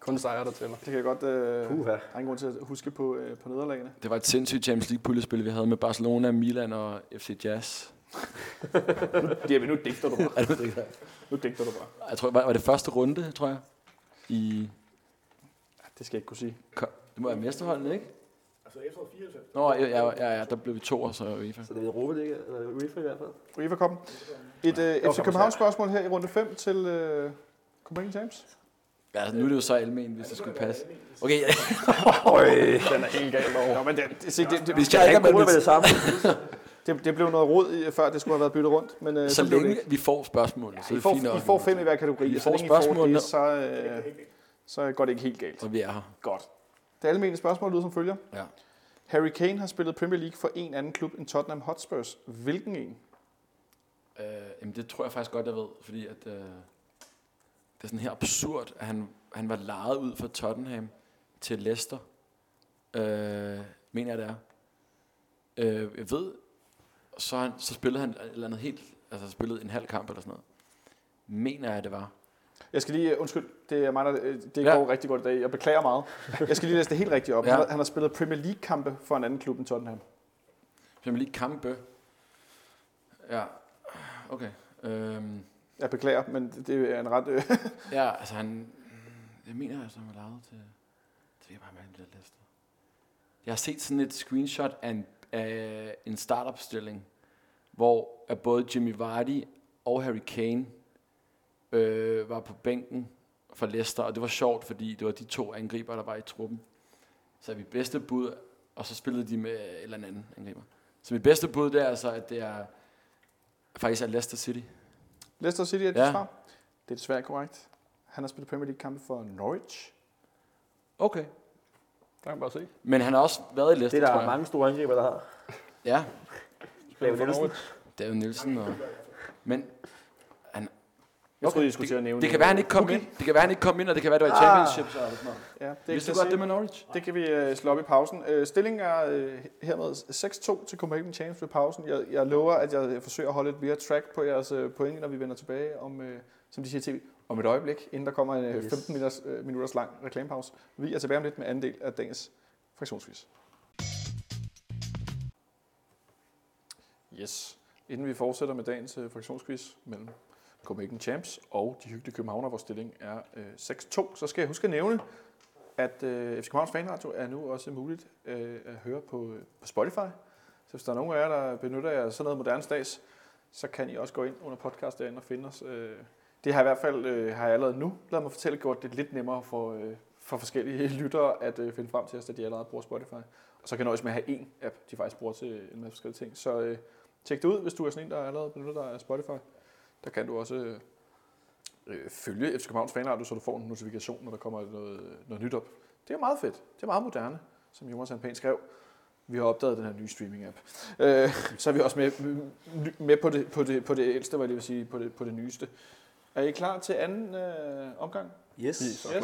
Speaker 6: kun sejre, der tæller.
Speaker 2: det kan jeg godt... Øh,
Speaker 5: Puha.
Speaker 2: der er ingen grund til at huske på, øh, på nederlagene.
Speaker 3: Det var et sindssygt Champions League-puljespil, vi havde med Barcelona, Milan og FC Jazz.
Speaker 2: Jamen, nu digter du bare.
Speaker 3: Er det det?
Speaker 2: Nu digter du bare.
Speaker 3: Jeg tror, var, var det første runde, tror jeg? I...
Speaker 2: Det skal jeg ikke kunne sige.
Speaker 3: Kom, det må være mesterholdene, ikke?
Speaker 4: Altså efter 94.
Speaker 3: Nå, ja, ja, ja, ja der blev vi to år, så UEFA.
Speaker 5: Så det er Europa League, eller UEFA i hvert fald.
Speaker 2: UEFA Cup'en. Et øh,
Speaker 5: kom,
Speaker 2: FC København spørgsmål her i runde 5 til øh, Copenhagen James.
Speaker 3: Ja, altså, nu er det jo så almen, hvis det skulle passe. Okay, ja,
Speaker 6: Den er helt galt over.
Speaker 2: Nå, men det, det, se, det, det,
Speaker 3: hvis jeg ikke er med,
Speaker 5: Bruger med det samme.
Speaker 2: det, det blev noget rod, i, før det skulle have været byttet rundt. Men, øh,
Speaker 3: så
Speaker 2: blev det
Speaker 3: længe
Speaker 2: ikke.
Speaker 3: vi får spørgsmålene, så er
Speaker 2: I
Speaker 3: det
Speaker 2: får,
Speaker 3: fint nok.
Speaker 2: I får fem i hver kategori,
Speaker 3: I
Speaker 2: og så
Speaker 3: får
Speaker 2: længe I får
Speaker 3: spørgsmålene.
Speaker 2: det, så, øh, så går det ikke helt galt.
Speaker 3: Og vi er her.
Speaker 2: Godt. Det almindelige spørgsmål lyder som følger.
Speaker 3: Ja.
Speaker 2: Harry Kane har spillet Premier League for en anden klub end Tottenham Hotspurs. Hvilken en?
Speaker 3: Øh, jamen det tror jeg faktisk godt, jeg ved, fordi at, øh, det er sådan her absurd, at han, han var lejet ud fra Tottenham til Leicester, øh, mener jeg det er. Øh, jeg ved, og så, han, så spillede han et eller andet helt, altså han spillede en halv kamp eller sådan noget. Mener jeg, det var.
Speaker 2: Jeg skal lige, øh, undskyld, det er mig, der, øh, det
Speaker 3: Ja.
Speaker 2: går rigtig godt i dag. Jeg beklager meget. Jeg skal lige læse det helt rigtigt op.
Speaker 3: Ja.
Speaker 2: Ja. Han, har, han har spillet Premier League-kampe for en anden klub end Tottenham.
Speaker 3: Som lige kampe. Ja, okay. Øhm,
Speaker 2: Jeg beklager, men det- det er en ret... Øh,
Speaker 3: ja, altså han, jeg mener altså, han var lejet til, det ved jeg bare, man bliver Leicester. Jeg har set sådan et screenshot af en, af en startup-stilling, hvor at både Jimmy Vardy og Harry Kane øh, var på bænken for Leicester, og det var sjovt, fordi det var de to angriber, der var i truppen. Så mit bedste bud, og så spillede de med en eller en anden angriber. Så mit bedste bud, det er altså, at det er faktisk er Leicester City.
Speaker 2: Leicester City er dit
Speaker 3: Ja.
Speaker 2: svar. Det er desværre korrekt. Han har spillet Premier League-kampe for Norwich.
Speaker 3: Okay.
Speaker 6: Der kan man bare se.
Speaker 3: Men han har også været i
Speaker 5: Det
Speaker 3: Leicester,
Speaker 5: er
Speaker 3: tror
Speaker 5: der
Speaker 3: jeg.
Speaker 5: mange store angriber, der har.
Speaker 3: Ja,
Speaker 5: David
Speaker 6: for
Speaker 5: Nielsen.
Speaker 3: David Nielsen. Og... Men
Speaker 2: Jeg troede, I skulle
Speaker 3: det,
Speaker 2: til at nævne
Speaker 3: det kan være, han ikke kom ind. Det kan være, han ikke kom ind, og det kan være, det var
Speaker 5: Ah,
Speaker 3: i championship. Så er det sådan noget.
Speaker 2: Ja, det er ikke
Speaker 3: Vidste
Speaker 2: til at
Speaker 3: du godt
Speaker 2: se.
Speaker 3: det med Norwich?
Speaker 2: Det kan vi øh, slå op i pausen. Øh, stillingen er øh, hermed 6-2 til Copenhagen Challenge ved pausen. Jeg, jeg lover, at jeg forsøger at holde et mere track på jeres øh, point, når vi vender tilbage om, øh, som de siger til om et øjeblik, inden der kommer en yes.
Speaker 5: Yes.
Speaker 2: 15 minutters, øh, minutters lang reklamepause. Vi er tilbage om lidt med anden del af dagens fraktionsvis. Yes. Inden vi fortsætter med dagens øh, fraktionsquiz mellem Copenhagen Champs og de hyggelige københavner, hvor stilling er øh, 6-2, så skal jeg huske at nævne, at øh, FC Københavns Fanradio er nu også muligt øh, at høre på, øh, på Spotify. Så hvis der er nogen af jer, der benytter jer af sådan noget moderne stads, så kan I også gå ind under podcast derinde og finde os. Øh, det har jeg i hvert fald øh, har jeg allerede nu, lad mig fortælle, gjort det lidt nemmere for, øh, for forskellige lyttere at øh, finde frem til os, da de allerede bruger Spotify. Og så kan jeg nøjes med at have én app, de faktisk bruger til en masse forskellige ting. Så øh, tjek det ud, hvis du er sådan en, der allerede benytter dig af Spotify. Der kan du også øh, øh, følge FC Københavns Fanradio, så du får en notifikation, når der kommer noget, noget nyt op. Det er meget fedt. Det er meget moderne, som Jonas han pænt skrev. Vi har opdaget den her nye streaming-app. Øh, så er vi også med, med på, det, på, det, på det ældste, hvad jeg lige vil sige, på det, på det nyeste. Er I klar til anden øh, omgang?
Speaker 5: Yes.
Speaker 6: Vi er så klar.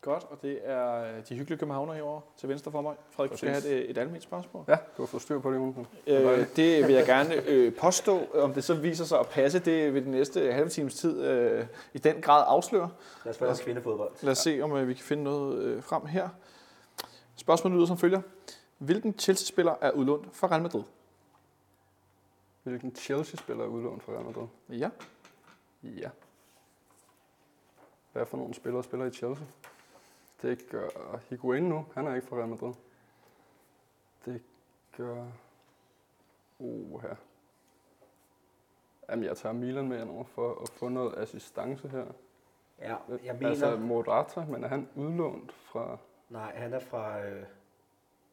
Speaker 2: Godt, og det er øh, de hyggelige københavner herovre til venstre for mig. Frederik, du skal
Speaker 6: Præcis.
Speaker 2: have et, et almindeligt spørgsmål.
Speaker 6: Ja, du har fået styr på det, Jonsen.
Speaker 2: Øh, det vil jeg gerne øh, påstå. Om det så viser sig at passe, det vil den næste halve times tid øh, i den grad afsløre.
Speaker 5: Lad os få deres kvindefodbold.
Speaker 2: Lad os se, om øh, vi kan finde noget øh, frem her. Spørgsmålet lyder som følger. Hvilken Chelsea-spiller er udlånt fra Real Madrid?
Speaker 6: Hvilken Chelsea-spiller er udlånt fra Real Madrid?
Speaker 2: Ja.
Speaker 6: Ja. Hvad for nogle spillere spiller i Chelsea? Det gør Higuain nu. Han er ikke fra Real Madrid. Det gør... Uh, her. Jamen, jeg tager Milan med over for at få noget assistance her.
Speaker 5: Ja, jeg
Speaker 6: Altså
Speaker 5: mener...
Speaker 6: Morata, men er han udlånt fra...
Speaker 5: Nej, han er fra... Øh,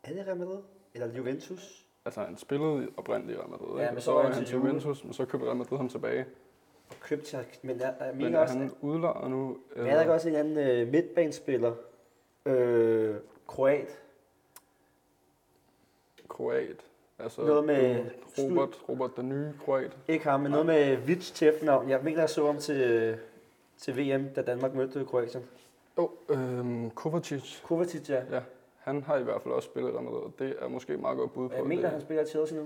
Speaker 5: er det Real Madrid? Eller Juventus?
Speaker 6: Altså, han spillede oprindeligt i Real Madrid,
Speaker 5: Ja,
Speaker 6: ikke?
Speaker 5: men
Speaker 6: Og
Speaker 5: så var han
Speaker 6: er han
Speaker 5: til
Speaker 6: til
Speaker 5: Juve.
Speaker 6: Juventus, men så købte Real Madrid ham tilbage.
Speaker 5: Og købt til... Men jeg, jeg
Speaker 6: Men
Speaker 5: mener
Speaker 6: er
Speaker 5: også...
Speaker 6: han udlejer nu?
Speaker 5: Men er der ikke også en anden øh, midtbanespiller? Øh, kroat.
Speaker 6: kroat. Altså
Speaker 5: Noget med
Speaker 6: den Robert, Robert den nye kroat.
Speaker 5: Ikke ham, men noget med Vits til efternavn. Jeg mener, jeg så ham til, øh, til VM, da Danmark mødte Kroatien.
Speaker 6: Jo, oh, øhm, Kovacic.
Speaker 5: Kovacic, ja.
Speaker 6: Ja, han har i hvert fald også spillet der med, og det er måske et meget godt bud på.
Speaker 5: Jeg mener,
Speaker 6: det.
Speaker 5: han spiller i Chelsea nu.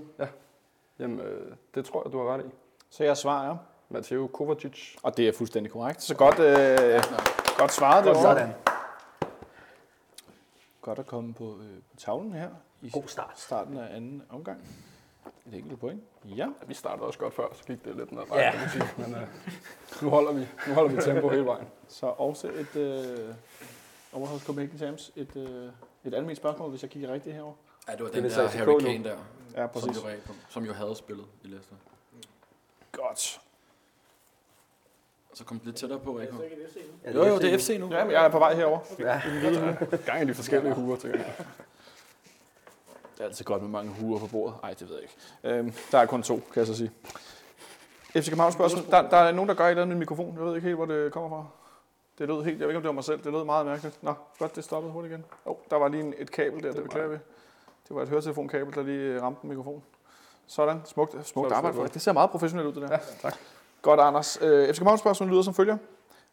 Speaker 6: Jamen, øh, det tror jeg, du har ret i.
Speaker 2: Så jeg svarer,
Speaker 6: Matteo Kovacic.
Speaker 2: og det er fuldstændig korrekt. Så godt, øh, godt svaret derovre.
Speaker 5: Sådan.
Speaker 2: Godt at komme på, øh, på tavlen her i
Speaker 5: God start.
Speaker 2: starten af anden omgang. Et enkelt point. Ja.
Speaker 6: Vi startede også godt før, så gik det lidt ned ad
Speaker 5: Ja.
Speaker 6: vejen, kan man sige. men øh, nu, holder vi, nu holder vi tempo hele vejen.
Speaker 2: Så også et øh, over hos Copenhagen Champs et, øh, et almindeligt spørgsmål, hvis jeg kigger rigtigt herover.
Speaker 3: Ja, det var
Speaker 5: Det
Speaker 3: den
Speaker 5: vil
Speaker 3: der
Speaker 5: sige
Speaker 3: Harry
Speaker 5: FCK nu.
Speaker 3: Kane der,
Speaker 2: Ja,
Speaker 3: som
Speaker 2: præcis.
Speaker 3: jo, reg- som jo havde spillet i Leicester.
Speaker 2: Godt.
Speaker 3: Og så kom det lidt tættere på, ikke?
Speaker 5: Ja,
Speaker 3: Jo, jo, det er FC nu.
Speaker 2: Ja, men jeg er på vej herover.
Speaker 5: Ja.
Speaker 6: Gang i de forskellige huer, tænker jeg.
Speaker 2: Det er altid godt med mange huer på bordet. Ej, det ved jeg ikke. Øhm, der er kun to, kan jeg så sige. FC København spørgsmål. Der, der er nogen, der gør et eller andet med mikrofon. Jeg ved ikke helt, hvor det kommer fra. Det lød helt, jeg ved ikke, om det var mig selv. Det lød meget mærkeligt. Nå, godt, det stoppede hurtigt igen. Åh, oh, der var lige en, et kabel der, det,
Speaker 6: var
Speaker 2: beklager vi.
Speaker 6: mig.
Speaker 2: Det var et høretelefonkabel, der lige øh, ramte en mikrofon. Sådan, smukt, smukt
Speaker 6: det
Speaker 2: arbejde.
Speaker 6: stadig
Speaker 2: Frederik. Det ser meget professionelt ud, det der.
Speaker 6: Ja, tak.
Speaker 2: Godt, Anders. Øh, FC Københavns spørgsmål lyder som følger.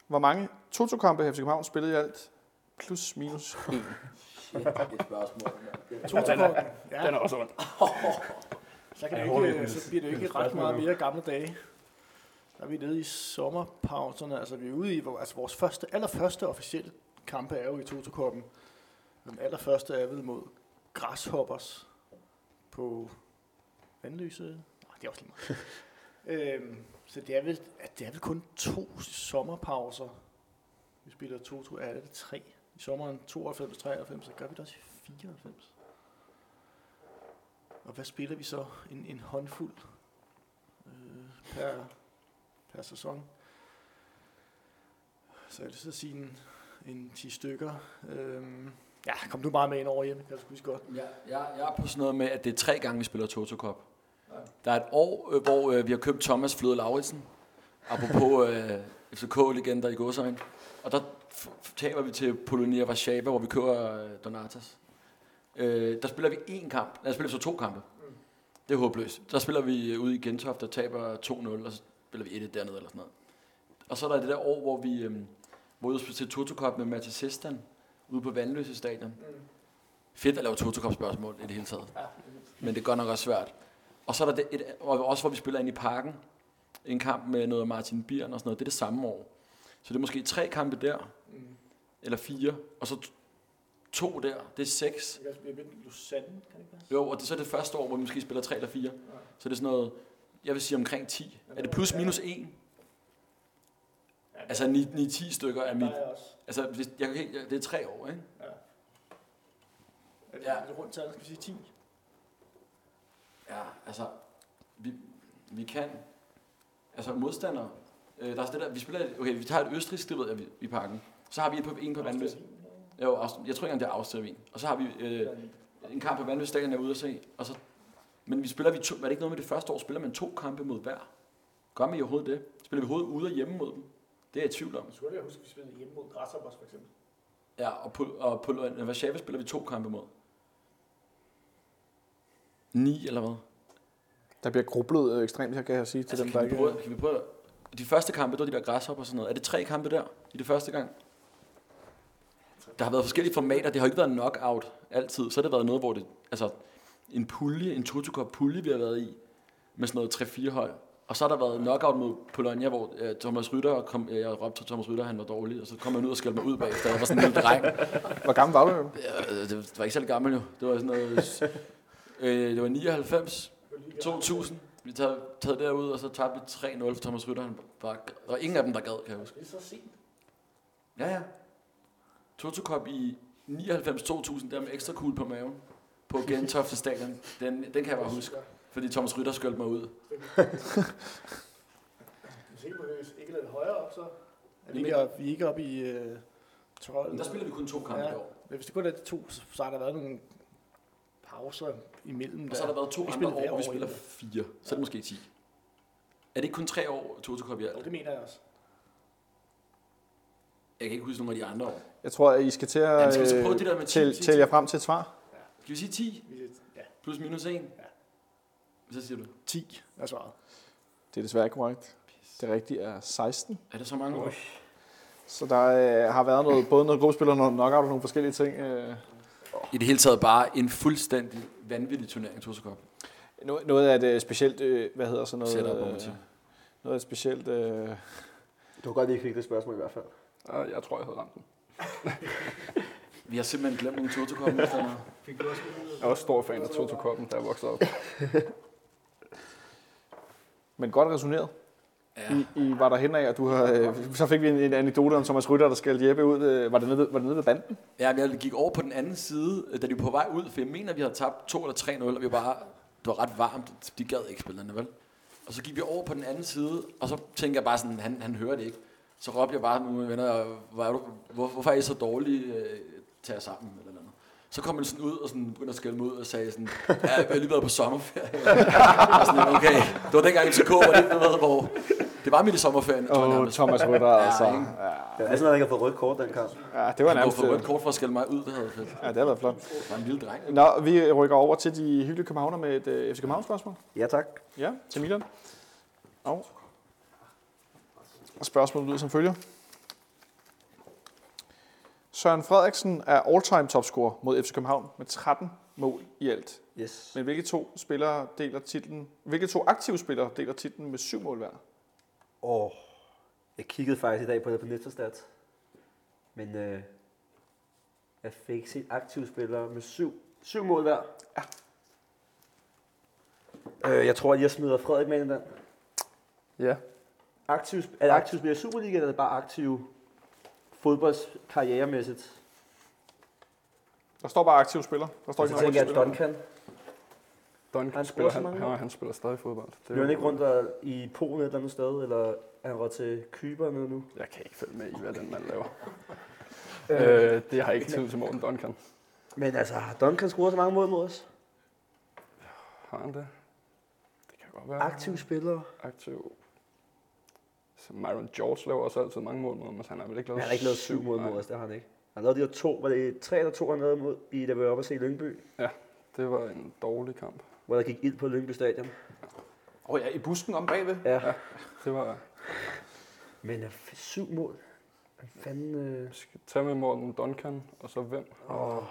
Speaker 2: Hvor mange Toto-kampe har FC København spillet i alt? Plus minus 1.
Speaker 3: Shit, et spørgsmål.
Speaker 4: To ja, ja,
Speaker 6: Den er også ondt.
Speaker 4: så, kan det ikke, øh, så bliver det jo ikke ret meget mere gamle dage. Der er vi nede i sommerpauserne, altså vi er ude i, hvor- altså vores første, allerførste officielle kampe er jo i Totokoppen. Den allerførste er ved mod Grasshoppers på Vandløse. Nej, det er også lige meget. øhm, så det er, vel, at det er vel kun to sommerpauser. Vi spiller Toto, ja, det er det tre. I sommeren 92, 93, så gør vi det også i 94. Og hvad spiller vi så? En, en håndfuld øh, per, per sæson. Så jeg vil så sige en, en 10 stykker. Øh, ja, kom du bare med ind over hjemme, kan jeg sgu huske godt.
Speaker 3: Jeg, jeg, jeg er på sådan noget med, at det er tre gange, vi spiller Toto Cup. Der er et år, øh, hvor øh, vi har købt Thomas Fløde Lauritsen, apropos øh, FCK-legender i godsøjen. Og der f- f- taber vi til Polonia Warszawa, hvor vi kører øh, Donatas. Øh, der spiller vi én kamp. Nej, der spiller vi så to kampe. Det er håbløst. Der spiller vi øh, ude i Gentofte og taber 2-0, og så spiller vi 1-1 dernede eller sådan noget. Og så er der det der år, hvor vi øh, var ude og spille til Toto Cup med Mathias Sestan ude på Vandløse Stadion. Fedt at lave Totokop-spørgsmål i det hele taget. Men det er godt nok også svært. Og så er der det et, og også hvor vi spiller ind i parken. En kamp med noget Martin Birn og sådan noget. Det er det samme år. Så det er måske tre kampe der, eller fire, og så t- to der, det er seks.
Speaker 4: Det bliver lidt Lusanne, kan det ikke være?
Speaker 3: Jo, og det er så det første år, hvor vi måske spiller tre eller fire. Så det er sådan noget, jeg vil sige omkring 10. Er det plus minus 1? Altså 9-10 stykker er mit.
Speaker 4: Der er også.
Speaker 3: Altså, hvis, jeg kan ikke, det er tre år, ikke?
Speaker 4: Er det
Speaker 3: Ja.
Speaker 4: ja. Altså, et rundt tal, skal vi sige 10?
Speaker 3: Ja, altså, vi, vi kan, altså modstandere, øh, der er sådan det der, vi spiller, et- okay, vi tager et østrigsk, det ved jeg, vi- i parken. Så har vi et på, en på Vandløs. Jo, Aust- jeg tror ikke engang, det er Austervin. Og så har vi øh, en kamp på Vandløs, der er ude at se. Og så, men vi spiller, vi to, var det ikke noget med det første år, spiller man to kampe mod hver? Gør man i overhovedet det? Spiller vi overhovedet ude og hjemme mod dem? Det er jeg i tvivl om.
Speaker 4: Jeg skulle jeg huske, at vi spillede hjemme mod Grasshoppers, for eksempel.
Speaker 3: Ja, og på, og på øh, Warszawa spiller vi to kampe mod. Ni eller hvad?
Speaker 2: Der bliver grublet øh, ekstremt, jeg kan jeg sige til
Speaker 3: Altså,
Speaker 2: dem,
Speaker 3: kan,
Speaker 2: der
Speaker 3: vi
Speaker 2: ikke...
Speaker 3: prøve, kan vi prøve De første kampe, der var de der græshopper og sådan noget. Er det tre kampe der i det første gang? Der har været forskellige formater. Det har ikke været knockout altid. Så har det været noget, hvor det... Altså, en pulje, en totokop pulje, vi har været i. Med sådan noget 3-4 hold. Og så har der været knockout mod Polonia, hvor øh, Thomas Rytter kom, øh, jeg råbte til Thomas Rytter, han var dårlig, og så kom han ud og skældte mig ud bagefter, jeg var sådan en lille dreng.
Speaker 2: Hvor gammel var du?
Speaker 3: Øh, det var ikke særlig gammel jo. Det var sådan noget... s- øh, det var 99, 2000. Vi tager, taget derud, og så tabte vi 3-0 for Thomas Rytter. Han var, der var ingen af dem, der gad, kan jeg huske.
Speaker 4: Det er så sent.
Speaker 3: Ja, ja. Totokop i 99-2000, der med ekstra kugle på maven. På Gentofte Stadion. Den, den kan jeg bare huske. Fordi Thomas Rytter skølte mig ud.
Speaker 4: Hvis ikke, hvis ikke lidt højere op, så... Er vi,
Speaker 3: Jamen-
Speaker 4: ikke, op- vi er ikke oppe i øh, 12.
Speaker 3: Men der spiller vi kun to kampe
Speaker 4: Ja.
Speaker 3: i år.
Speaker 4: Men hvis det kun er de to, så så har der været nogle pauser imellem.
Speaker 3: Og så har der været to
Speaker 4: Vi
Speaker 3: andre
Speaker 4: spiller
Speaker 3: år,
Speaker 4: hver
Speaker 3: hvor vi
Speaker 4: år
Speaker 3: spiller
Speaker 4: egentlig.
Speaker 3: fire. Så er det måske 10. Er det ikke kun tre år, Totokop i alt?
Speaker 4: Jo, det mener jeg også.
Speaker 3: Jeg kan ikke huske nogen af de andre år.
Speaker 2: Jeg tror, at I skal til
Speaker 3: Ja,
Speaker 2: at
Speaker 3: skal vi så prøve
Speaker 2: øh,
Speaker 3: det der med ti,
Speaker 2: tæl-
Speaker 3: ti,
Speaker 2: tælle
Speaker 3: ti?
Speaker 2: jer frem til et svar.
Speaker 3: Skal vi sige 10?
Speaker 4: Vi, ja,
Speaker 3: Plus minus 1?
Speaker 4: Ja.
Speaker 3: Så siger du,
Speaker 4: 10 er svaret.
Speaker 2: Det er desværre ikke korrekt. Det rigtige er 16.
Speaker 3: er der så mange år?
Speaker 2: Så der øh, har været noget, både noget gruppespil og noget knockout og nogle forskellige ting. Øh.
Speaker 3: I det hele taget bare en fuldstændig vanvittig turnering, Torsekop.
Speaker 2: Noget, noget af det specielt, øh, hvad hedder så noget?
Speaker 3: Setup, hvor
Speaker 2: øh,
Speaker 3: man siger.
Speaker 2: noget af det specielt... Øh,
Speaker 5: Det var godt, at I fik det spørgsmål i hvert fald.
Speaker 6: Og jeg tror, jeg havde ramt den.
Speaker 3: Vi har simpelthen glemt nogle Torsekop modstandere.
Speaker 6: Jeg er også stor fan af Toto-koppen, der jeg voksede op.
Speaker 2: men godt resoneret.
Speaker 3: Ja.
Speaker 2: I, I var der hen af, og du har, øh, så fik vi en, en anekdote om Thomas Rytter, der skal Jeppe ud. Øh, var, det nede, ved- var det nede ved banden?
Speaker 3: ja, men jeg gik over på den anden side, øh, da de var på vej ud, for jeg mener, vi havde tabt 2 eller 3-0, og vi var bare, det var ret varmt, de gad ikke spillerne, vel? Og så gik vi over på den anden side, og så tænkte jeg bare sådan, han, han hører det ikke. Så råbte jeg bare med mine venner, hvor er du, hvor, hvorfor er I så dårlige øh, til jer sammen? Eller noget. Så kom han sådan ud og sådan begyndte at skælde mig ud og sagde sådan, ja, jeg har lige været på sommerferie. og sådan, okay, det var dengang i TK, var det ikke noget, hvor... Det var midt i sommerferien, tror jeg
Speaker 2: Åh, oh,
Speaker 3: nærmest.
Speaker 2: Thomas Rytter, altså.
Speaker 3: ikke?
Speaker 2: Ja,
Speaker 5: Det er næsten, at han ikke har fået rødt kort den kamp.
Speaker 2: ja, det var
Speaker 3: Han kunne
Speaker 2: nærmest...
Speaker 3: få rødt
Speaker 2: øh,
Speaker 3: kort for at skælde mig ud, det havde jeg fedt.
Speaker 2: Ja, det har været flot.
Speaker 3: Jeg var en lille dreng. ikke?
Speaker 2: Nå, vi rykker over til de hyggelige københavner med et øh, FC København-spørgsmål.
Speaker 5: Ja, tak.
Speaker 2: Ja, til Milan. Og spørgsmålet lyder som følger. Søren Frederiksen er all-time topscorer mod FC København med 13 mål i alt.
Speaker 5: Yes.
Speaker 2: Men hvilke to spillere deler titlen? Hvilke to aktive spillere deler titlen med syv mål hver?
Speaker 5: Åh, jeg kiggede faktisk i dag på det på Netterstat. Men øh, jeg fik ikke set aktive spillere med syv, syv mål hver. Ja. Øh, jeg tror, at jeg smider Frederik med ind i den.
Speaker 6: Ja,
Speaker 5: Aktiv, er det aktive spillere i Superligaen, eller er det bare aktive fodboldskarrieremæssigt?
Speaker 2: Der står bare aktive spillere. Der står
Speaker 5: Og
Speaker 2: ikke
Speaker 5: så
Speaker 2: nogen
Speaker 5: tænker jeg,
Speaker 2: aktive
Speaker 5: at
Speaker 2: spillere.
Speaker 5: Duncan.
Speaker 6: Duncan
Speaker 5: Han
Speaker 6: spiller,
Speaker 5: scorer så
Speaker 6: han,
Speaker 5: mange
Speaker 6: han,
Speaker 5: mål.
Speaker 6: han spiller stadig fodbold. Det er
Speaker 5: Løber han
Speaker 6: jo-
Speaker 5: ikke rundt der i Polen et eller andet sted, eller er han råd til Kyber nede nu?
Speaker 6: Jeg kan ikke følge med i, hvad den mand laver. øh, det har ikke tid til Morten Duncan.
Speaker 5: Men altså, har Duncan scoret så mange mål mod os?
Speaker 6: Har han det? Det kan godt være.
Speaker 5: Aktive spillere.
Speaker 6: Aktiv. Så Myron George laver også altid mange mål mod ham, men han har vel ikke lavet,
Speaker 5: Men han har ikke lavet syv mål mod
Speaker 6: Nej,
Speaker 5: os, det har han ikke. Han lavede de her to, var det tre eller to, han lavede mod, i, da vi var oppe og se Lyngby,
Speaker 6: Det var en dårlig kamp.
Speaker 5: hvor der gik ild på Lyngby Stadion.
Speaker 2: Åh oh, ja, i busken om bagved.
Speaker 5: Ja,
Speaker 6: Det var...
Speaker 5: men øh, f- syv mål. Hvad fanden... Øh...
Speaker 6: Skal tage med Morten Duncan, og så hvem?
Speaker 5: Åh,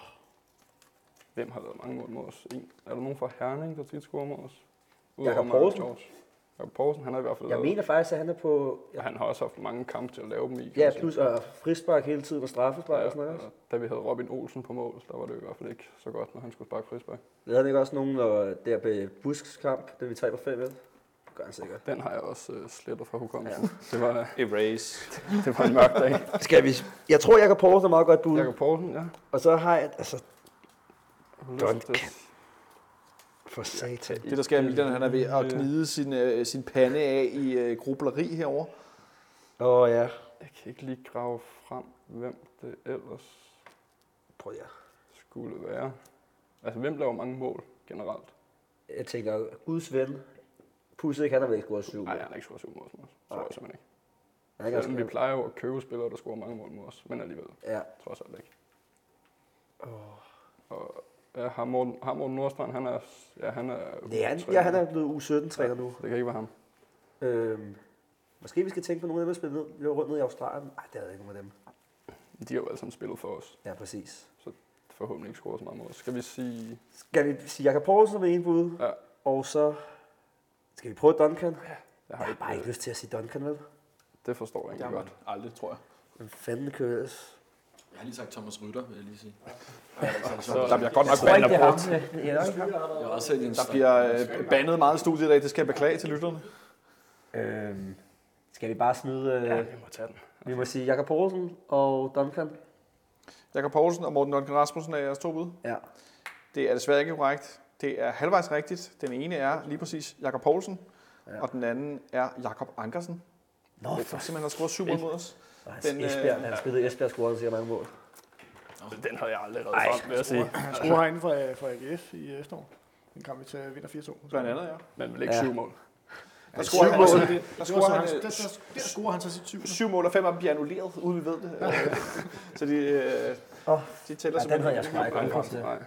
Speaker 6: Hvem har lavet mange mål mod os? En. Er der nogen fra Herning, der tit scorer mod os?
Speaker 5: Jakob
Speaker 6: Myron
Speaker 5: Poulsen.
Speaker 6: George. Jakob Poulsen, han har i hvert fald
Speaker 5: Jeg
Speaker 6: lavet-
Speaker 5: mener faktisk, at han er på...
Speaker 6: og han har også haft mange kampe til at lave dem i. kan
Speaker 5: Ja,
Speaker 6: man sige.
Speaker 5: plus at frispark hele tiden og straffespark og sådan noget.
Speaker 6: og Da vi havde Robin Olsen på mål, der var det i hvert fald ikke så godt, når han skulle sparke frispark.
Speaker 5: Lavede han ikke også nogen når der ved Busks kamp, da vi taber 5 Det gør han sikkert.
Speaker 6: Den har jeg også øh, slettet fra hukommelsen.
Speaker 5: Ja.
Speaker 6: Ja. Det, var,
Speaker 2: Erase.
Speaker 6: det var en mørk dag.
Speaker 5: Skal vi... Jeg tror, jeg kan Poulsen er meget godt bud.
Speaker 6: Jakob Poulsen, ja.
Speaker 5: Og så har jeg... Altså,
Speaker 6: Ulysses
Speaker 5: Duncan.
Speaker 6: Tess.
Speaker 5: for satan.
Speaker 2: Det, der sker, er, Milan, han er ved at gnide sin, øh, sin pande af i øh, grubleri herover.
Speaker 5: Åh oh, ja.
Speaker 6: Jeg kan ikke lige grave frem, hvem det ellers
Speaker 5: Prøv jeg.
Speaker 6: skulle være. Altså, hvem laver mange mål generelt?
Speaker 5: Jeg tænker, Guds ven. Pusse ikke, han har vel ikke scoret syv.
Speaker 6: Nej, han har ikke scoret syv mål som os. Tror
Speaker 5: Nej.
Speaker 6: jeg simpelthen ikke.
Speaker 5: Han har ikke
Speaker 6: Selvom vi
Speaker 5: engang
Speaker 6: plejer jo at købe spillere, der scorer mange mål mod os, men alligevel
Speaker 5: scoret- Ja.
Speaker 6: trods alt ikke.
Speaker 5: Åh.
Speaker 6: Og ja, har Morten, har Morten Nordstrand, han er... Ja, han er...
Speaker 5: Det er han,
Speaker 6: U-træner.
Speaker 5: ja, han er blevet U17-træner nu.
Speaker 6: Så det kan ikke være ham.
Speaker 5: Øhm, måske vi skal tænke på nogle af dem, der spiller ned, løber rundt ned i Australien. Nej, det er der ikke nogen af dem.
Speaker 6: De har jo alle sammen spillet for os.
Speaker 5: Ja, præcis.
Speaker 6: Forhåbentlig ikke scoret så meget mod os. Skal vi sige...
Speaker 5: Skal vi sige Jakob Poulsen med en bud?
Speaker 6: Ja.
Speaker 5: Og så skal vi prøve Duncan? Jeg
Speaker 6: Jeg har
Speaker 5: har bare ikke
Speaker 6: ikke,
Speaker 5: lyst til at sige Duncan, vel?
Speaker 6: det forstår jeg
Speaker 2: Det har
Speaker 6: egentlig
Speaker 2: man
Speaker 6: godt.
Speaker 2: aldrig, tror jeg.
Speaker 5: Hvem fanden kører ellers?
Speaker 3: Jeg har lige sagt Thomas Rytter, vil jeg lige sige.
Speaker 6: Altså,
Speaker 2: Der bliver godt
Speaker 5: Jeg
Speaker 2: nok
Speaker 5: tror ikke,
Speaker 2: bandet
Speaker 5: det er
Speaker 2: på.
Speaker 5: ham. Ja, det er nok ham.
Speaker 3: Jeg har også set en
Speaker 2: Der bliver øh, bandet meget i studiet i dag. Det skal jeg beklage til lytterne.
Speaker 5: Øhm, skal vi bare smide... Øh,
Speaker 6: Vi må tage den.
Speaker 5: Vi må sige Jakob Poulsen og Duncan.
Speaker 2: Jakob Poulsen og Morten Duncan Rasmussen er jeres to bud.
Speaker 5: Ja.
Speaker 2: Det er desværre ikke korrekt. Det er halvvejs rigtigt. Den ene er lige præcis Jakob Poulsen,
Speaker 5: Ja.
Speaker 2: ja. og den anden er Jakob Ankersen,
Speaker 5: Nå,
Speaker 2: som simpelthen har scoret syv mål mod os.
Speaker 5: Nej,
Speaker 2: Den, øh,
Speaker 5: Esbjerg, han spillede i Esbjerg scorede sikkert mange mål.
Speaker 6: Den havde jeg aldrig reddet frem, vil jeg sige.
Speaker 4: Han scorer herinde fra, fra AGF i øh, efteråret. Den kamp, vi til vinder 4-2.
Speaker 2: Blandt andet, ja.
Speaker 6: Men vel ikke
Speaker 5: Ja.
Speaker 6: syv mål.
Speaker 2: Der
Speaker 4: Scorer
Speaker 2: scorer
Speaker 4: han
Speaker 2: han,
Speaker 4: også,
Speaker 2: også-
Speaker 4: det, det,
Speaker 2: der
Speaker 4: der,
Speaker 2: scorer han,
Speaker 4: der,
Speaker 2: øh,
Speaker 4: der, der scorer han så sit 20.
Speaker 2: syv mål, og fem af dem bliver annulleret, uden vi ved det. Øh, Så de, øh,
Speaker 5: Åh,
Speaker 2: de tæller
Speaker 5: ja, den havde jeg sgu
Speaker 2: ikke.
Speaker 5: ikke kommet til.
Speaker 6: Nej.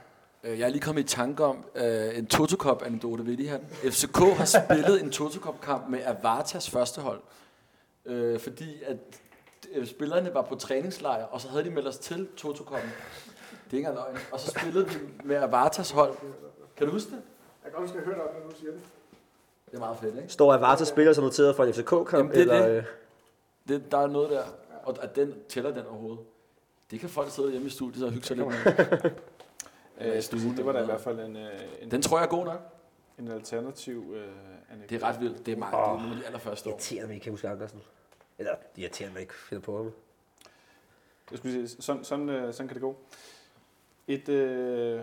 Speaker 3: Øh, Jeg er lige kommet i tanke om øh, en Totokop-anekdote ved lige her. FCK har spillet en Totokop-kamp med Avartas førstehold, øh, fordi at øh, spillerne var på træningslejr, og så havde de meldt os til Totokoppen. Det er ikke engang løgn. Og så spillede vi med Avartas hold. Kan du huske det?
Speaker 4: Jeg kan godt huske, at jeg hørte om det, når du siger det.
Speaker 3: Det er meget fedt, ikke?
Speaker 5: Står Avarta spiller som noteret for en FCK-kamp?
Speaker 3: Jamen, det er
Speaker 5: eller, øh,
Speaker 3: Det, der er noget der, og at den tæller den overhovedet. Det kan folk sidde hjemme i studiet og hygge sig lidt med.
Speaker 2: Øh, så det var da i hvert fald en, øh, en,
Speaker 3: Den tror jeg er god nok.
Speaker 2: en alternativ øh, anekdote.
Speaker 3: Det er ret vildt. Det er meget. Det er nogle af de allerførste år.
Speaker 5: irriterende, at vi ikke kan huske Andersen. Eller det irriterende, at vi ikke finder på ham.
Speaker 2: Jeg skulle sige, sådan, sådan, øh, sådan kan det gå. Et, øh,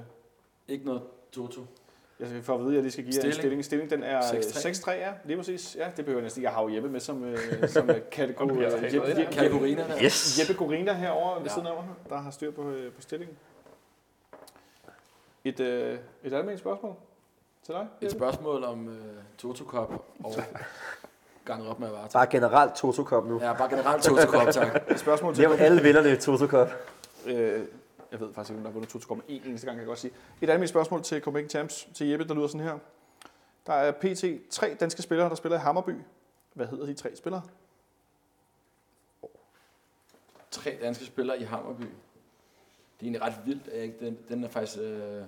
Speaker 3: Ikke noget Toto.
Speaker 2: jeg skal for at vide, at jeg lige skal give jer en
Speaker 3: Stilling.
Speaker 2: stilling. Stilling, den er 6-3,
Speaker 3: 6-3.
Speaker 2: ja, lige præcis. Ja, det behøver jeg næsten ikke. Jeg har jo Jeppe med som, øh, som øh, kategori.
Speaker 6: Okay,
Speaker 2: øh,
Speaker 6: altså,
Speaker 2: Jeppe,
Speaker 6: helt
Speaker 2: Jeppe, Jeppe,
Speaker 3: Kategorien er der.
Speaker 5: Yes!
Speaker 2: Jeppe Gorina herovre ved
Speaker 3: Ja.
Speaker 2: siden af mig, der har styr på, øh, på stillingen. Et, øh, et almindeligt spørgsmål til dig.
Speaker 3: Et
Speaker 2: Jeppe?
Speaker 3: spørgsmål om uh, Totokop og ganget op med Avarta.
Speaker 5: Bare generelt Totokop nu.
Speaker 3: Ja, bare generelt Totokop, tak.
Speaker 2: Et spørgsmål til
Speaker 5: Nævn alle vinderne i Totokop.
Speaker 2: Øh, jeg ved faktisk ikke, om der har vundet Toto Cup en eneste gang, kan jeg godt sige. Et andet spørgsmål til Copenhagen Champs, til Jeppe, der lyder sådan her. Der er pt. tre danske spillere, der spiller i Hammerby. Hvad hedder de tre spillere?
Speaker 3: Tre danske spillere i Hammerby. Det er egentlig ret vildt, at jeg ikke? Den, den er faktisk... Øh...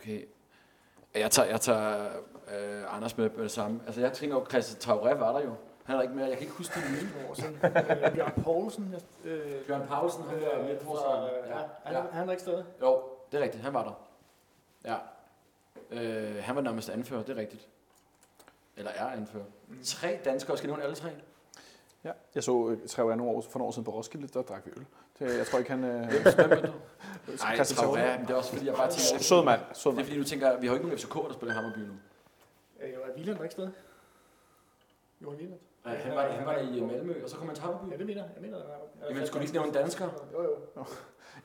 Speaker 3: Okay. Jeg tager, jeg tager øh, Anders med på det samme. Altså, jeg tænker jo, Christian Tauré var der jo. Han er der ikke mere. Jeg kan ikke huske det nye.
Speaker 4: År siden. Øh, Bjørn Poulsen. jeg- Øh,
Speaker 3: Bjørn Paulsen, han der
Speaker 4: øh,
Speaker 3: midt på
Speaker 4: fra-
Speaker 3: Ja,
Speaker 4: ja, han,
Speaker 3: ja.
Speaker 4: han er ikke stadig.
Speaker 3: Jo, det er rigtigt. Han var der. Ja. Øh, han var nærmest anfører, det er rigtigt. Eller er anfører. Tre danskere, skal jeg nævne alle tre?
Speaker 2: Ja. Jeg så øh, tre år år, for nogle år siden på Roskilde, der drak vi øl. Det, jeg tror ikke, han... Øh,
Speaker 3: Hvem hvem ved du? Nej,
Speaker 2: Christian Taure.
Speaker 3: Traoré, men det er også fordi, jeg bare tænker...
Speaker 2: Sød mand, sød
Speaker 3: Det er
Speaker 2: mand.
Speaker 3: fordi, du tænker, vi har jo ikke nogen FCK, der spiller i Hammerby nu.
Speaker 4: Øh, jo, er Wieland ikke stadig? Jo, er Wieland.
Speaker 3: Nej, han var, han var i øh, Malmø, og så kom han til Hammerby.
Speaker 4: Ja, det mener jeg. Jeg mener, at han er. Altså,
Speaker 3: Jamen, skulle vi ikke nævne danskere?
Speaker 4: Jo, jo.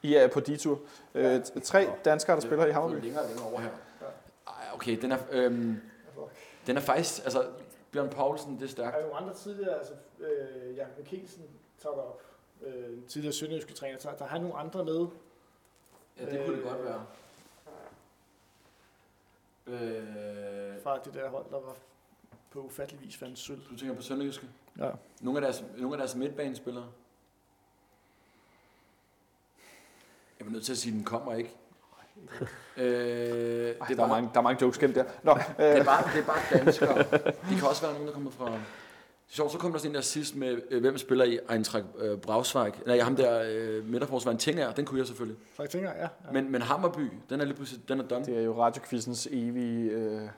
Speaker 2: I er på de tur. Øh, t- tre danskere, der spiller i
Speaker 3: Det er
Speaker 2: Hammerby.
Speaker 3: Længere og længere over her. Ej, okay, den er, øhm, den er faktisk... Altså, Bjørn Poulsen, det er
Speaker 4: Der
Speaker 3: stærkt.
Speaker 4: Altså, er nogle andre tidligere, altså øh, Jakob Mikkelsen tager op. Øh, en tidligere sønderjyske træner, tager, der har nogle andre med.
Speaker 3: Ja, det kunne det godt være. Øh,
Speaker 4: fra det der hold, der var på ufattelig vis fandt sølv.
Speaker 3: du tænker på Sønderjyske?
Speaker 4: Ja.
Speaker 3: Nogle af deres, nogle af deres midtbanespillere? Jeg er nødt til at sige, at den kommer ikke. Øh, det,
Speaker 2: Ej,
Speaker 3: er
Speaker 2: der, er
Speaker 3: bare,
Speaker 2: mange, der er mange jokes gennem der. Nå,
Speaker 3: det, er
Speaker 2: øh,
Speaker 3: bare, det er bare danskere. Det kan også være nogen, der kommer fra... Det er sjovt, så kom der sådan en der sidst med, øh, hvem spiller i Eintracht øh, Braunschweig. Nej, ham der øh, midterforsvaren Tinger, den kunne jeg selvfølgelig.
Speaker 4: Så jeg tænker, ja. ja.
Speaker 3: Men, men Hammerby, den er lige pludselig, den er done.
Speaker 2: det er jo radioquizzens evige, øh,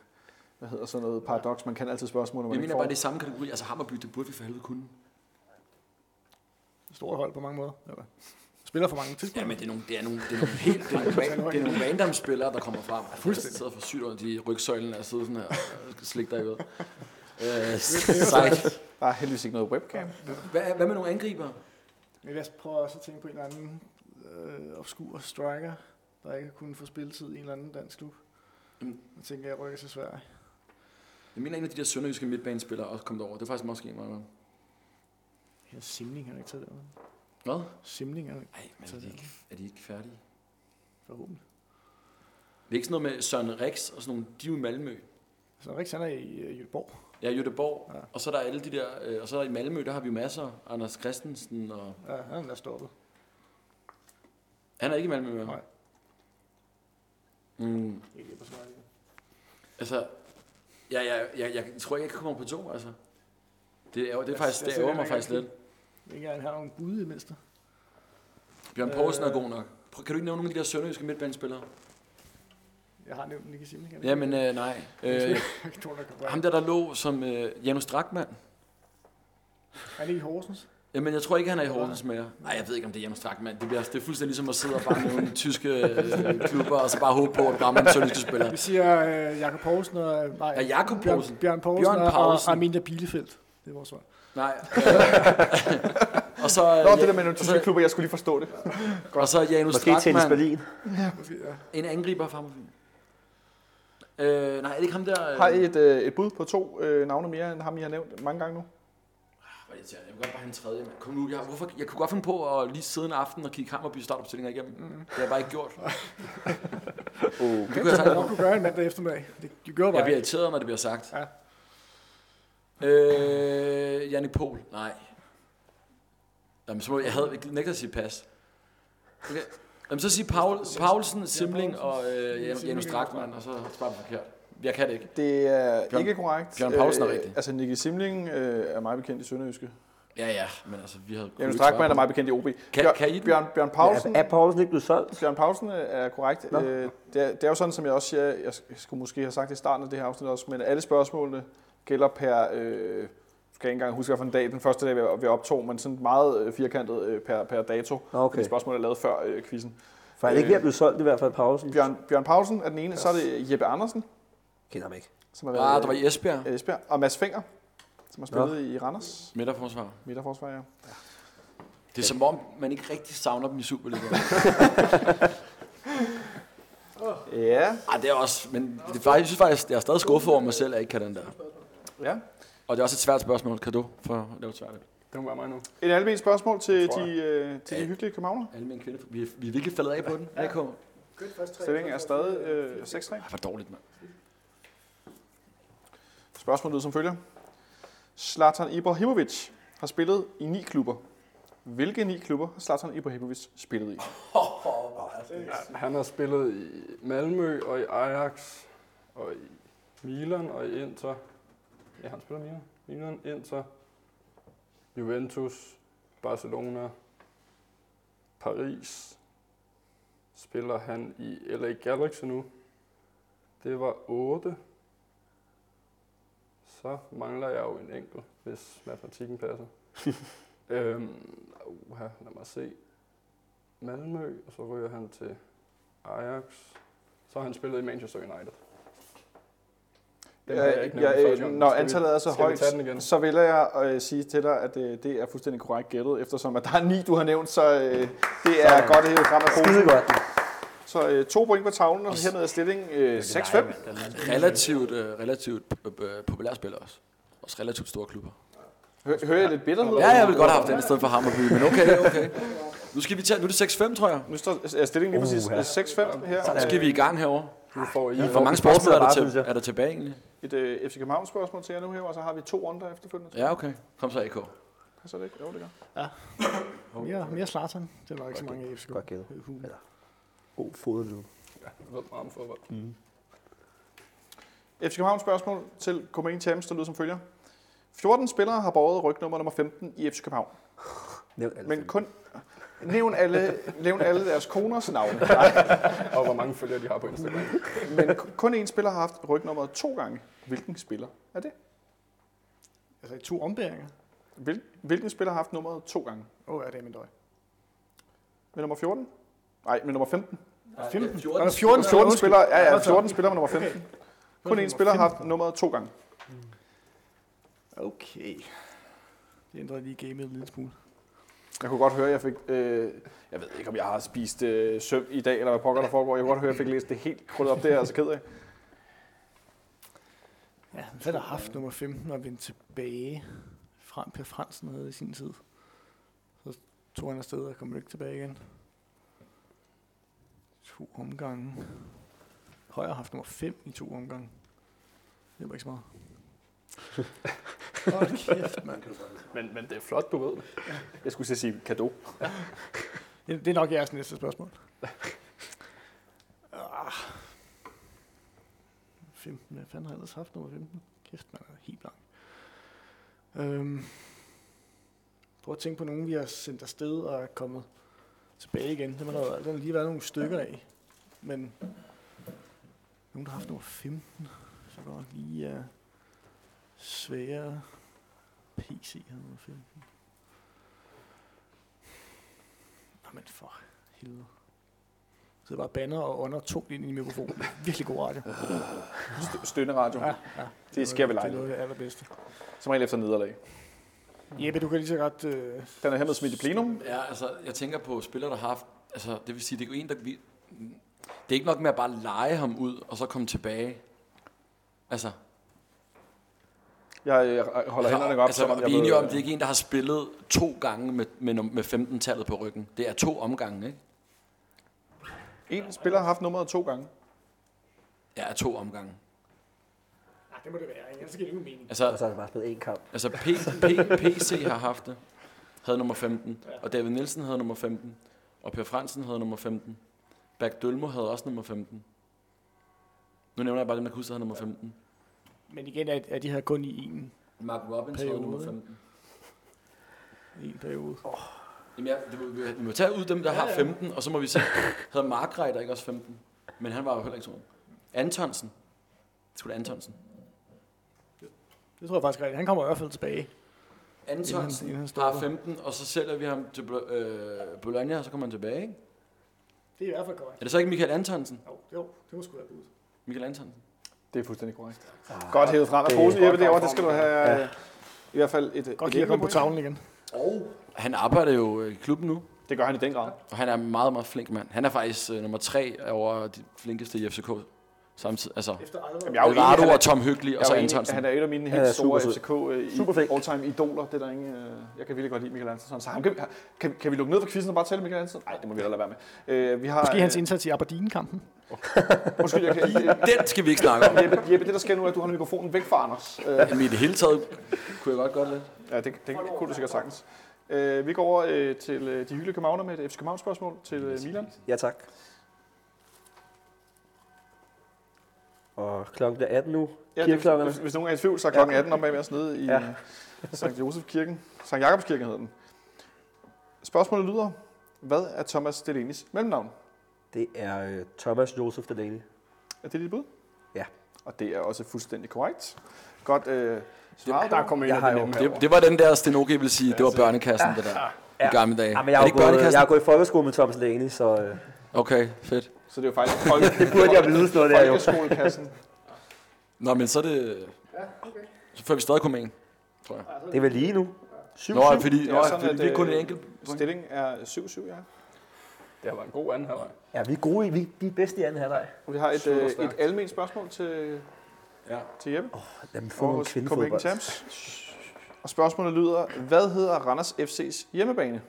Speaker 2: hvad hedder sådan noget, paradoks. Man kan altid spørgsmål, når man
Speaker 3: Jeg
Speaker 2: ikke
Speaker 3: mener
Speaker 2: får.
Speaker 3: bare, det er samme kategori. Altså Hammerby, det burde vi for helvede kunne.
Speaker 4: Stort hold på mange måder. Eller? hvad? Spiller for mange
Speaker 3: Ja,
Speaker 4: tidspunkter.
Speaker 3: men det er nogle, det er nogle, det er nogle helt, det er nogle, ran- det er nogle random spillere, der kommer frem. Fuldstændig. Der sidder for sygt under de rygsøjlen og sidder sådan her og skal slikke dig ud. Øh, sejt.
Speaker 2: Der er heldigvis ikke noget webcam.
Speaker 3: Hvad, hvad med nogle angriber?
Speaker 4: Men jeg prøver også at tænke på en eller anden øh, obskur striker, der ikke har kunnet få spilletid i en eller anden dansk klub.
Speaker 3: Mm.
Speaker 4: Jeg tænker, jeg rykker til Sverige.
Speaker 3: Jeg mener, en af de der sønderjyske midtbanespillere også kom derover. Det er faktisk måske en meget godt.
Speaker 4: Ja, Simling har ikke taget det.
Speaker 3: Hvad?
Speaker 4: Simling har ikke
Speaker 3: Nej, men er de, ikke, er de ikke færdige?
Speaker 4: forhåbentlig.
Speaker 3: Det er ikke sådan noget med Søren Rex og sådan nogle, de er jo i Malmø.
Speaker 4: Så Riks han er i øh, Jødeborg.
Speaker 3: Ja, Jødeborg,
Speaker 4: Ja.
Speaker 3: ja. og så er der alle de der, øh, og så er der i Malmø, der har vi jo masser. Anders Christensen, og
Speaker 4: Ja, han er stoppet.
Speaker 3: han er ikke i Malmø mere.
Speaker 4: Nej.
Speaker 3: Mm,
Speaker 4: Ikke på Sverige.
Speaker 3: Altså, jeg, jeg, jeg, jeg tror ikke, jeg kan komme op på to, altså. Det er, jo- det er
Speaker 4: Jeg-
Speaker 3: faktisk,
Speaker 4: jeg
Speaker 3: det
Speaker 4: ser
Speaker 3: ærger
Speaker 4: heller
Speaker 3: mig
Speaker 4: ikke
Speaker 3: faktisk lidt.
Speaker 4: rigtig. Ikke engang har nogen bud i det mindste.
Speaker 3: Bjørn Poulsen er
Speaker 4: Øh.
Speaker 3: god nok. Prøv, kan du ikke nævne nogle af de der sønderjyske midtbanespillere?
Speaker 4: Jeg har nævnt Nicky Simling.
Speaker 3: Ja, men øh, nej. Øh,
Speaker 4: Øh, han,
Speaker 3: ham der, der lå som øh, Janus Drakman.
Speaker 4: han er i Horsens.
Speaker 3: Jamen, jeg tror ikke, han er i Horsens mere. Nej, jeg ved ikke, om det er Janus Drakman. Det, bliver, det er fuldstændig ligesom at sidde og bare nævne tyske øh, klubber, og så bare håbe på, at der er en sønderjyske spiller.
Speaker 4: Vi siger øh, Jakob Poulsen og... Nej,
Speaker 3: Ja, Jakob Poulsen.
Speaker 4: Bjørn, Bjørn Poulsen,
Speaker 3: Bjørn
Speaker 4: Bjørn
Speaker 3: Paulsen.
Speaker 4: og Arminda Bielefeldt. Det er vores svar.
Speaker 3: Nej. øh, og så, øh,
Speaker 2: Nå, det der med nogle
Speaker 3: og
Speaker 2: tyske
Speaker 3: så,
Speaker 2: klubber, jeg skulle lige forstå det.
Speaker 3: og så Janus
Speaker 5: Måske Tennis
Speaker 3: Drakman.
Speaker 5: Berlin.
Speaker 3: En angriber fra Hammerfyn. Øh, nej, er det ikke ham der? Øh,
Speaker 2: Har I et, øh, et bud på to øh, navne mere, end ham, I har nævnt mange gange nu?
Speaker 3: Hvor er det irriterende. Jeg vil godt bare have en tredje, mand. Kom nu, jeg, hvorfor, jeg kunne godt finde på at lige sidde en aften og kigge Hammerby startopstillinger igennem. Mm. Det har jeg bare ikke gjort.
Speaker 2: Oh.
Speaker 3: Det kunne jeg
Speaker 4: Jeg
Speaker 3: sagtens.
Speaker 4: kunne gøre en mandag eftermiddag. Det, du gjorde
Speaker 3: Jeg
Speaker 4: bare
Speaker 3: bliver
Speaker 4: ikke.
Speaker 3: irriteret, når det bliver sagt.
Speaker 4: Ja.
Speaker 3: Øh, Janne Pol. Nej. Jamen, så må jeg, jeg havde jeg nægter at sige pas. Okay. Jamen, så sig Paul, Paulsen, Simling og øh, Janus Drachmann, og så svarer vi forkert. Jeg kan det ikke.
Speaker 2: Det er
Speaker 3: Bjørn-
Speaker 2: Bjørn, ikke korrekt.
Speaker 3: Bjørn Paulsen er
Speaker 2: Øh,
Speaker 3: rigtig.
Speaker 2: Altså, Nicky Simling øh, er meget bekendt i Sønderjyske.
Speaker 3: Ja, ja, men altså, vi havde... kunne
Speaker 2: Janus
Speaker 3: ikke
Speaker 2: Drakman
Speaker 3: svare
Speaker 2: er
Speaker 3: på
Speaker 2: meget bekendt i OB.
Speaker 3: Kan-
Speaker 2: Bjørn,
Speaker 3: kan I den?
Speaker 2: Bjørn, Bjørn Paulsen,
Speaker 5: Er, er Poulsen ikke blevet solgt?
Speaker 2: Bjørn Paulsen øh, er korrekt.
Speaker 5: Nå.
Speaker 2: Øh, Det er, det er jo sådan, som jeg også siger, jeg sk- jeg skulle måske have sagt i starten af det her afsnit også, men alle spørgsmålene gælder per, øh, jeg skal ikke engang huske, hvilken dag, den første dag, vi- vi optog, men sådan meget øh, firkantet øh, per, per dato.
Speaker 5: Nå, okay.
Speaker 2: Okay. Spørgsmålet er lavet før øh, quizzen.
Speaker 5: For han er ikke ved at blive solgt i hvert fald, Poulsen.
Speaker 2: Bjørn, Bjørn Paulsen er den ene, så er det Jeppe Andersen,
Speaker 5: Kender ham ikke.
Speaker 2: som har
Speaker 3: det. Ah, der var
Speaker 2: været
Speaker 3: i Esbjerg.
Speaker 2: i Esbjerg, og Mads Finger, som har
Speaker 5: Nå.
Speaker 2: spillet i Randers,
Speaker 3: Midterforsvar.
Speaker 2: midterforsvar, ja.
Speaker 3: Det er som om, man ikke rigtig savner dem i Superligaen.
Speaker 2: Ja,
Speaker 3: Ej, det er også, men det er faktisk, jeg synes faktisk, jeg er stadig skuffet over mig selv, at jeg ikke kan den der.
Speaker 2: ja.
Speaker 3: Og det er også et svært spørgsmål. Kan du for at lave et svært?
Speaker 6: Det må være mig nu.
Speaker 2: Et almindeligt spørgsmål til,
Speaker 6: Det tror
Speaker 2: de, øh, til de
Speaker 3: Ja.
Speaker 2: hyggelige københavnere.
Speaker 3: Almen kvinde. Vi er, vi er virkelig faldet af på den. Ja. AK. Ej,
Speaker 2: Stillingen er stadig øh, 6-3.
Speaker 3: hvor dårligt, mand.
Speaker 2: Spørgsmålet lyder som følger. Zlatan Ibrahimovic har spillet i ni klubber. Hvilke ni klubber har Zlatan Ibrahimovic spillet i?
Speaker 6: Han har spillet i Malmø og i Ajax og i Milan og i Inter. Ja, han spiller i Milan. Milan, Inter, Juventus, Barcelona, Paris. Spiller han i LA Galaxy nu. Det var 8. Så mangler jeg jo en enkelt, hvis matematikken passer. øhm, uh, lad mig se. Malmø, og så ryger han til Ajax. Så har han spillet i Manchester United. Den har jeg ikke nævnt i første
Speaker 2: jeg,
Speaker 6: omgang.
Speaker 2: øh, når
Speaker 6: Skal vi-
Speaker 2: antallet er så
Speaker 6: skal vi
Speaker 2: højt,
Speaker 6: tage den igen?
Speaker 2: så vil jeg øh, sige til dig, at øh, det er fuldstændig korrekt gættet, eftersom at der er ni, du har nævnt, så øh, det er
Speaker 5: Sådan.
Speaker 2: godt hævet frem af
Speaker 5: Skide
Speaker 2: posen.
Speaker 5: godt.
Speaker 2: Så øh, to point på tavlen, og så hernede er stillingen øh, 6-5.
Speaker 3: Relativt, øh, relativt øh, populær spiller også. Også relativt store klubber.
Speaker 2: Hø- hører jeg lidt bitterhed?
Speaker 3: Ja, jeg ville godt have haft den i stedet for Hammerby, men okay, okay. Nu skal vi tage, nu er det 6-5, tror jeg.
Speaker 2: Nu står er stillingen lige præcis øh, 6-5 her.
Speaker 3: Nu skal vi i gang herover.
Speaker 6: Nu får I
Speaker 3: Hvor mange
Speaker 5: det fortsætter
Speaker 3: spørgsmål er der,
Speaker 5: bare,
Speaker 3: til,
Speaker 5: synes jeg.
Speaker 3: er der tilbage egentlig?
Speaker 2: Et øh, FC København spørgsmål til jer nu her, og så har vi to runder efterfølgende.
Speaker 3: Ja, okay. Kom så, AK.
Speaker 2: Passer det ikke? Jo, det gør.
Speaker 4: Mere, mere Zlatan. Det var ikke så mange i FCK.
Speaker 5: Godt gættet. God fodlyd.
Speaker 6: Jeg ved meget om fodbold.
Speaker 2: FC København spørgsmål til Komain Thames, der lyder som følger. 14 spillere har båret rygnummer nummer 15 i FC København,
Speaker 5: Nævn alle
Speaker 2: men kun... Nævn alle, nævn alle deres koners navne,
Speaker 6: Og hvor mange følgere de har på Instagram.
Speaker 2: men kun én spiller har haft rygnummeret to gange. Hvilken spiller er det?
Speaker 4: Altså i to ombæringer.
Speaker 2: Hvil, hvilken spiller har haft nummeret to gange?
Speaker 4: Åh, oh, ja, det er min døj.
Speaker 2: Med nummer 14? Nej, med nummer 15.
Speaker 4: 15.
Speaker 3: 14.
Speaker 4: 14,
Speaker 2: 14
Speaker 4: undskyld.
Speaker 2: spiller, ja, ja,
Speaker 4: Nå, så-
Speaker 2: 14 spiller med nummer 15. Kun
Speaker 4: Nummer
Speaker 2: én spiller har haft
Speaker 4: 15.
Speaker 2: nummeret to gange.
Speaker 4: Okay. Det ændrede lige gamet en lille smule.
Speaker 2: Jeg kunne godt høre, at jeg fik... Øh, jeg ved ikke, om jeg har spist øh, søm i dag, eller hvad pokker der foregår. Jeg kunne godt høre, at jeg fik læst det helt krydret op. Det er jeg altså ked af.
Speaker 4: Ja, men så har haft nummer 15 og vendt tilbage fra Per Fransen havde i sin tid. Så tog han afsted og kom ikke tilbage igen. To omgange. Højre har haft nummer 5 i to omgange. Det var ikke så meget. Hold kæft, mand.
Speaker 6: Men, men det er flot, du ved det.
Speaker 2: Jeg skulle til at sige kado.
Speaker 4: Det, det er nok jeres næste spørgsmål. Ah. 15. Hvad fanden har jeg ellers haft nummer 15? Kæft, man er helt blank. Øhm. Prøv at tænke på nogen, vi har sendt afsted og er kommet tilbage igen. Dem har der, der har lige været nogle stykker af. Men nogen, der har haft nummer 15, så går nok lige er svære. PC havde nummer 15. Jamen for helvede. Så det bare banner og ånder tungt ind i mikrofonen. Det er Virkelig god radio.
Speaker 2: Stønde radio.
Speaker 4: Ja, ja.
Speaker 2: Det sker ved
Speaker 4: Det er
Speaker 2: lejlighed.
Speaker 4: noget af det allerbedste.
Speaker 2: Som regel efter nederlag.
Speaker 4: Jeppe, du kan lige så godt... Øh,
Speaker 2: Den er hermed smidt i plenum.
Speaker 3: Ja, altså, jeg tænker på spillere, der har haft... Altså, det vil sige, det er jo en, der... Vi, det er ikke nok med at bare lege ham ud, og så komme tilbage. Altså,
Speaker 2: Jeg øh, holder hænderne op,
Speaker 3: altså,
Speaker 2: som om
Speaker 3: vi
Speaker 2: jeg
Speaker 3: er enige
Speaker 2: ved- øh,
Speaker 3: om, det er ikke en, der har spillet to gange med, med, num- med 15-tallet på ryggen. Det er to omgange, ikke?
Speaker 2: øh, En spiller har haft nummeret to gange.
Speaker 3: Ja, to omgange.
Speaker 4: nej, det må det være. Ellers giver det ingen mening.
Speaker 5: Og
Speaker 3: Altså,
Speaker 5: så har det bare spillet én kamp.
Speaker 3: altså P, P, PC har haft det. Havde nummer 15. Og David Nielsen havde nummer 15. Og Per Fransen havde nummer 15. Berg Dølmo havde også nummer 15. Nu nævner jeg bare dem, der kunne huske, der havde nummer 15.
Speaker 4: Men igen er, er de her kun i en,
Speaker 3: Mark Robbins havde
Speaker 4: Periode.
Speaker 3: nummer 15.
Speaker 4: en periode.
Speaker 3: Jamen, ja, det, må- vi, vi må tage ud dem, der har 15, og så må vi se. Havde Mark Reiter ikke også 15? Men han var jo heller ikke så ung. Antonsen. Det skulle Antonsen.
Speaker 4: Det tror jeg faktisk er rigtigt. Han kommer i hvert fald tilbage.
Speaker 3: Antonsen
Speaker 4: Inden han- inden han
Speaker 3: har
Speaker 4: stopper.
Speaker 3: 15, og så sælger vi ham til Bl- øh, Bologna, og så kommer han tilbage, ikke?
Speaker 4: Det er i hvert fald korrekt.
Speaker 3: Er det så ikke Michael Antonsen?
Speaker 4: Jo, jo det må sgu være budet.
Speaker 3: Michael Antonsen.
Speaker 2: Det er fuldstændig korrekt.
Speaker 5: Ah,
Speaker 2: Godt hævet frem af
Speaker 5: det-
Speaker 2: posen, Jeppe, derovre. Det skal du have øh, i hvert fald et,
Speaker 4: Godt
Speaker 2: et
Speaker 4: lige at
Speaker 2: enkelt
Speaker 4: komme på
Speaker 2: point.
Speaker 4: tavlen igen.
Speaker 3: Og han arbejder jo øh, i klubben nu,
Speaker 2: Det gør han i den grad.
Speaker 3: og han er en meget, meget flink mand. Han er faktisk øh, nummer tre over de flinkeste i FCK samtidig. Altså,
Speaker 4: Efter Alvaro.
Speaker 2: Jamen,
Speaker 4: Ja.
Speaker 2: jeg er jo enig,
Speaker 3: Alvaro
Speaker 2: han er-
Speaker 3: og Tom Hyggelig, og
Speaker 2: Jeg
Speaker 3: så
Speaker 2: er jo enig,
Speaker 3: Antonsen.
Speaker 2: Han er et af mine
Speaker 5: Han
Speaker 2: helt
Speaker 5: er
Speaker 2: store
Speaker 5: super sød.
Speaker 2: FCK øh, i-
Speaker 5: Super flink.
Speaker 2: all-time idoler. Det er der ingen, øh, jeg kan virkelig godt lide Michael Antonsen. Så ham kan, vi- kan, kan vi lukke ned for quizzen og bare tale om Michael Antonsen? Nej, det må vi da lade være med. Øh, vi har,
Speaker 4: Måske hans
Speaker 2: øh,
Speaker 4: indsats i Aberdeen-kampen.
Speaker 2: Undskyld, jeg kan, øh,
Speaker 3: Den skal vi ikke snakke om.
Speaker 2: Jeppe, Jeppe, det der sker nu, er, at du har mikrofonen væk fra Anders. Øh,
Speaker 3: Jamen, i det hele taget kunne jeg godt godt lidt.
Speaker 2: ja, det, det kunne du sikkert sagtens. Øh, vi går over øh, til øh, de hyggelige københavner med et FC København-spørgsmål til øh, Milan.
Speaker 5: Ja, tak. Og klokken er 18 nu.
Speaker 2: Ja, det,
Speaker 5: Kirkeklokkerne.
Speaker 2: hvis, hvis nogen er i tvivl, så er klokken 18 om bag ved os nede i
Speaker 5: Ja.
Speaker 2: ja. Sankt Josef Kirken. Sankt Jakobs Kirken hedder den. Spørgsmålet lyder, hvad er Thomas Delenis mellemnavn?
Speaker 5: Det er øh, Thomas Josef Delaney.
Speaker 2: Er det dit bud?
Speaker 5: Ja.
Speaker 2: Og det er også fuldstændig korrekt. Godt øh, svaret.
Speaker 6: Der kommer en
Speaker 5: Jeg
Speaker 6: af
Speaker 5: har
Speaker 6: de
Speaker 5: jo-
Speaker 6: nemme
Speaker 3: Det, det var den der, Sten Oge ville sige, det var
Speaker 2: altså-
Speaker 3: børnekassen, det der. I gamle dage.
Speaker 5: Ja, men
Speaker 3: er det
Speaker 5: jeg har, jo
Speaker 3: ikke
Speaker 5: gået, øh, jeg
Speaker 3: børnekassen?
Speaker 5: har gået i folkeskole med Thomas Delaney, så øh,
Speaker 3: Okay, fedt.
Speaker 2: så det er jo faktisk folke,
Speaker 5: det burde jeg vide sådan noget der jo.
Speaker 2: folkeskolekassen.
Speaker 3: Nå, men så er det... Ja, okay. Så får vi stadig komme en, tror jeg.
Speaker 5: Det er vel lige nu. 7
Speaker 3: Nå, fordi,
Speaker 2: er
Speaker 3: nå,
Speaker 2: sådan,
Speaker 3: fordi
Speaker 2: at,
Speaker 3: vi er kun
Speaker 2: øh,
Speaker 3: en enkelt point.
Speaker 2: Stilling er 7-7, ja.
Speaker 6: Det har været en god anden halvleg.
Speaker 5: Ja, vi er gode i, vi, vi er bedste i anden halvleg.
Speaker 2: Og vi har et, øh,
Speaker 6: Superstærkt.
Speaker 2: et almindeligt spørgsmål til,
Speaker 3: Ja.
Speaker 2: til Jeppe.
Speaker 5: Jamen, få
Speaker 2: Og
Speaker 5: nogle
Speaker 2: hos Copenhagen
Speaker 5: kvindefodbold.
Speaker 2: Champs. Og spørgsmålet lyder, hvad hedder Randers FC's hjemmebane?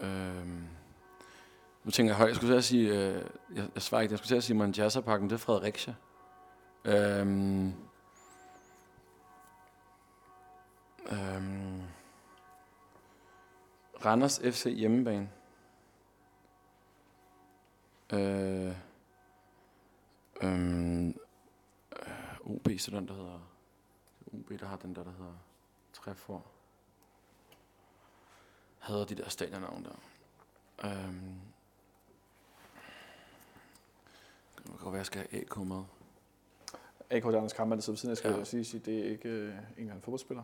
Speaker 3: Øhm, nu tænker jeg højt. Jeg skulle til at sige... Øh, jeg, jeg svarer ikke. Jeg skulle til at sige Manchester Park, men det er Fredericia. Øhm, øhm, Randers FC hjemmebane. Øh, øhm, øh, OB, så den der hedder... OB, der har den der, der hedder Trefor. Hader de der stadionnavn der. Øhm, det kan godt være, jeg skal have AK med.
Speaker 2: AK Anders Kammer, der sidder ved siden af, skal
Speaker 3: Ja.
Speaker 2: ja. jeg sige, sige, det er ikke øh, en eller anden fodboldspiller.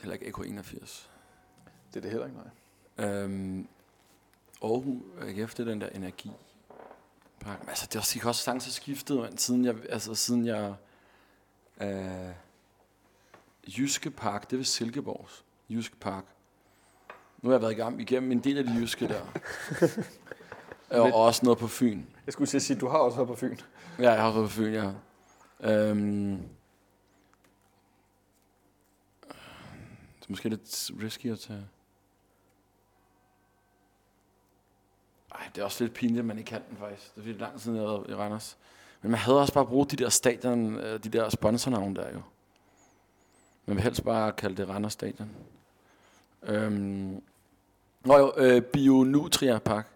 Speaker 3: Heller ikke AK 81.
Speaker 2: Det er det heller ikke, nej.
Speaker 3: Øhm, Aarhus AGF, det er den der energi. Pakken. Altså, det er også, det kan også sagtens have skiftet, man, siden jeg, altså, siden jeg, øh, Jyske Park, det er ved Silkeborgs, Jyske Park. Nu har jeg været i gang igennem en del af de jyske der. og
Speaker 2: Lidt.
Speaker 3: også noget på Fyn.
Speaker 2: Jeg skulle til at sige, du har også været på Fyn.
Speaker 3: Ja, jeg har været på Fyn, ja. Øhm, så måske lidt risky at tage. Ej, det er også lidt pinligt, at man ikke kan den faktisk. Det er lidt lang siden, jeg har været i Randers. Men man havde også bare brugt de der stadion, øh, de der sponsornavne der jo. Man vil helst bare kalde det Randers Stadion. Øhm, nå jo, øh, Bionutria Park.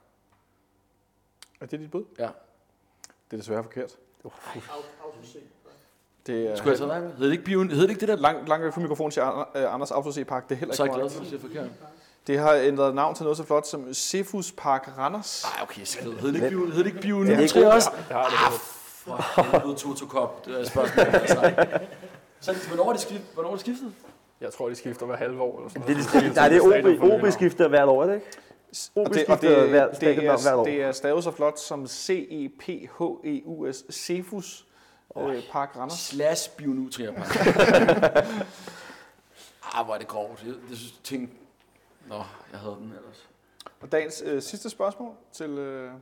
Speaker 2: Er det dit bud?
Speaker 3: Ja.
Speaker 2: Det er desværre forkert.
Speaker 4: Autosyn.
Speaker 2: Det er
Speaker 3: Skulle jeg så være med? Hed det ikke, bio, hed det, ikke det der?
Speaker 2: langt, langt væk fra mikrofonen siger Ander- øh, Anders Autosee Park. Det er heller
Speaker 3: Så er jeg
Speaker 2: ikke
Speaker 3: glad
Speaker 2: korrekt.
Speaker 3: for, at det er forkert.
Speaker 2: Det har ændret navn til noget så flot som Cefus Park Randers.
Speaker 3: Ej, okay, skid. Hed det ikke bio, hed det ikke bio
Speaker 5: det
Speaker 3: nu?
Speaker 5: ikke-
Speaker 3: også? Ah, for helvede, Toto Cop. Det er spørgsmålet. Altså. Så hvornår er det skiftet? Hvornår er det skiftet?
Speaker 6: Jeg tror, de skifter hver halve år eller sådan
Speaker 5: Det,
Speaker 6: noget.
Speaker 5: det, det, nej, det er OB, OB skifter hvert år, er det ikke?
Speaker 2: Og det, og
Speaker 5: skifter
Speaker 2: det,
Speaker 5: hver-
Speaker 2: det,
Speaker 5: stadionnavn hvert
Speaker 2: er,
Speaker 5: år.
Speaker 2: det er stavet så flot som E C-E-P-H-E-U-S. Cefus øh, Park Randers.
Speaker 3: Slash Bionutria Park. ah, hvor er det grovt. Jeg, jeg synes, ting... Nå, jeg havde den ellers.
Speaker 2: Og dagens øh, sidste spørgsmål til, øh,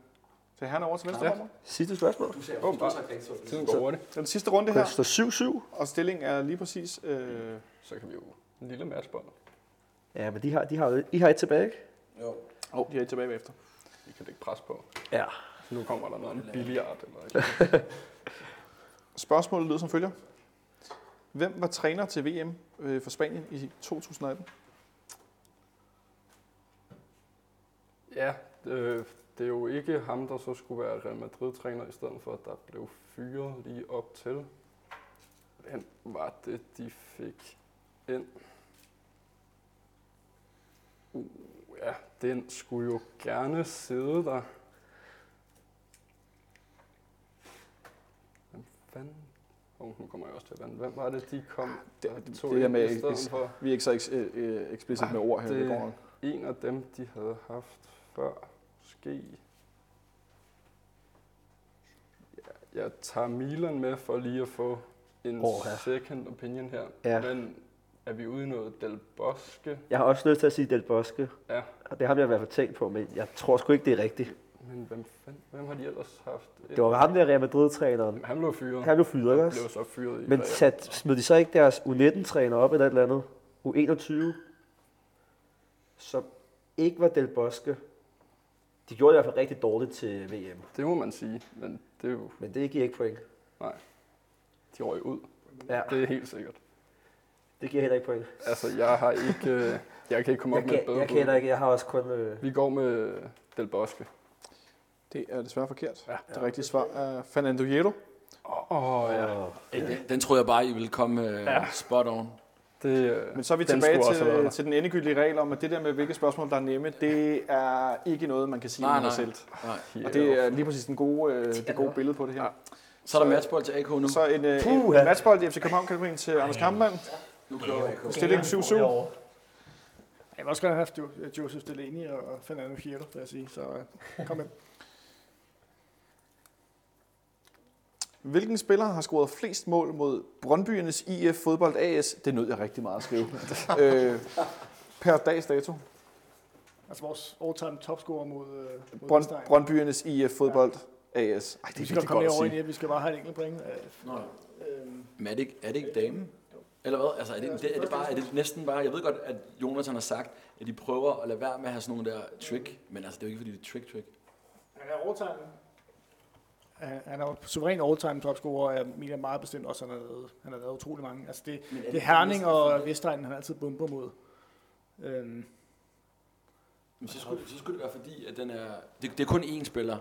Speaker 2: til herren over til venstre. Ja.
Speaker 5: Sidste spørgsmål.
Speaker 3: Du sagde,
Speaker 2: Åh,
Speaker 3: du sagde begge to.
Speaker 6: Tiden går hurtigt.
Speaker 2: Den sidste runde
Speaker 5: Det
Speaker 2: her,
Speaker 5: står 7-7.
Speaker 2: og stillingen er lige præcis... Øh,
Speaker 6: Så kan vi jo en lille matchbold.
Speaker 5: Ja, men de har, de har, jo- I har et tilbage, ikke?
Speaker 3: Jo.
Speaker 2: oh, de er tilbage bagefter.
Speaker 6: Vi kan lægge pres på.
Speaker 5: Ja.
Speaker 6: Nu kommer der noget om billiard eller et
Speaker 2: Spørgsmålet lyder som følger. Hvem var træner til VM øh, for Spanien i 2018?
Speaker 6: Ja, øh, det er jo ikke ham, der så skulle være Real Madrid-træner, i stedet for, at der blev fyret lige op til. Hvem var det, de fik ind? Uh, ja, den skulle jo gerne sidde der. Hvem fanden? Oh, nu kommer jeg også til at vande. Hvem var det, de kom?
Speaker 2: Det-
Speaker 6: og
Speaker 2: det
Speaker 6: tog
Speaker 2: er
Speaker 6: ind
Speaker 2: med
Speaker 6: i stedet
Speaker 2: ikke-
Speaker 6: for?
Speaker 2: Vi er ikke så eks- øh, øh, eksplicit med ord her.
Speaker 6: Det-
Speaker 2: Det... går nok.
Speaker 6: en af dem, de havde haft før, ske. Ja, jeg tager Milan med for lige at få en
Speaker 5: Åh, ja.
Speaker 6: second opinion her.
Speaker 5: Ja.
Speaker 6: Men er vi ude i noget Del Bosque?
Speaker 5: Jeg har også lyst til at sige Del Bosque.
Speaker 6: Ja.
Speaker 5: Og det har jeg i hvert fald tænkt på, men jeg tror sgu ikke, det er rigtigt.
Speaker 6: Men hvem, fanden- hvem har de ellers haft?
Speaker 5: Det var ham der Real Madrid-træneren.
Speaker 6: Han blev fyret.
Speaker 5: Han blev fyret, ikke
Speaker 6: Han
Speaker 5: også?
Speaker 6: blev så fyret i
Speaker 5: Men
Speaker 6: Real.
Speaker 5: sat, smed de så ikke deres U19-træner op eller et eller andet? U21? Som ikke var Del Bosque. De gjorde det i hvert fald rigtig dårligt til VM.
Speaker 6: Det må man sige, men det er jo,
Speaker 5: Men det giver ikke point.
Speaker 6: de røg ud.
Speaker 5: Ja,
Speaker 6: Det er helt sikkert.
Speaker 5: det giver heller ikke point.
Speaker 6: Altså, jeg har ikke, øh, jeg kan ikke komme op
Speaker 5: Jeg,
Speaker 6: med et
Speaker 5: kan,
Speaker 6: bedre
Speaker 5: jeg kender
Speaker 6: bud.
Speaker 5: ikke, jeg har også kun... Øh,
Speaker 6: Vi går med Del Bosque.
Speaker 2: Det er desværre forkert.
Speaker 6: Ja.
Speaker 2: Det rigtige svar er Fernando Hierro.
Speaker 6: Åh, oh, ja.
Speaker 5: og-
Speaker 3: Den, den troede jeg bare, I ville komme øh,
Speaker 6: Ja.
Speaker 3: spot on.
Speaker 6: Det, øh,
Speaker 2: Men så er vi
Speaker 6: den skulle også have
Speaker 2: tilbage
Speaker 6: været
Speaker 2: til,
Speaker 6: der.
Speaker 2: til den endegyldige regel om, at det der med, hvilke spørgsmål, der er nemme, det er ikke noget, man kan sige
Speaker 3: Nej,
Speaker 2: med
Speaker 3: nej.
Speaker 2: sig selv.
Speaker 3: Nej.
Speaker 2: Og det er lige præcis den gode, øh, det gode billede på det her.
Speaker 6: Ja.
Speaker 3: Så er der matchbold til AK nu.
Speaker 2: Så en, øh, en,
Speaker 5: Puha.
Speaker 2: en matchbold i FC København-kategorien til Anders Kampmann.
Speaker 3: Nu kører AK.
Speaker 2: Stillingen 7-7.
Speaker 4: Jeg vil også godt have haft Jo- øh, Joseph Delaney og Fernando Hierro, vil jeg sige. Så øh, kom med.
Speaker 2: Hvilken spiller har scoret flest mål mod Brøndbyernes IF Fodbold AS? Det nød jeg rigtig meget at skrive. øh, per dags dato.
Speaker 4: Altså vores all-time topscorer mod, øh, mod
Speaker 2: Brønd, Brøndbyernes IF Fodbold AS. Ej,
Speaker 4: Vi
Speaker 2: det er
Speaker 4: skal nok
Speaker 2: virkelig
Speaker 4: komme
Speaker 2: godt at
Speaker 4: derovre ind
Speaker 2: sige.
Speaker 4: i, at vi skal bare have et enkelt point. Øh,
Speaker 3: Nå, ja.
Speaker 4: øh,
Speaker 3: Men er det ikke, er det ikke damen? Eller hvad? Altså, er det, er det, er det, bare, er det næsten bare... Jeg ved godt, at Jonathan har sagt, at de prøver at lade være med at have sådan nogle der trick. Men altså, det er jo ikke, fordi det er trick-trick.
Speaker 4: han er all-time. Han han er jo suveræn all-time topscorer, og jeg mener meget bestemt også, at han har lavet, han har lavet utrolig mange. Altså det,
Speaker 3: Men er
Speaker 4: Øh, det er Herning og Vestegnen, han altid bomber mod. Øhm,
Speaker 3: Men så skulle, så skulle det være fordi, at den er... Det, det er kun én spiller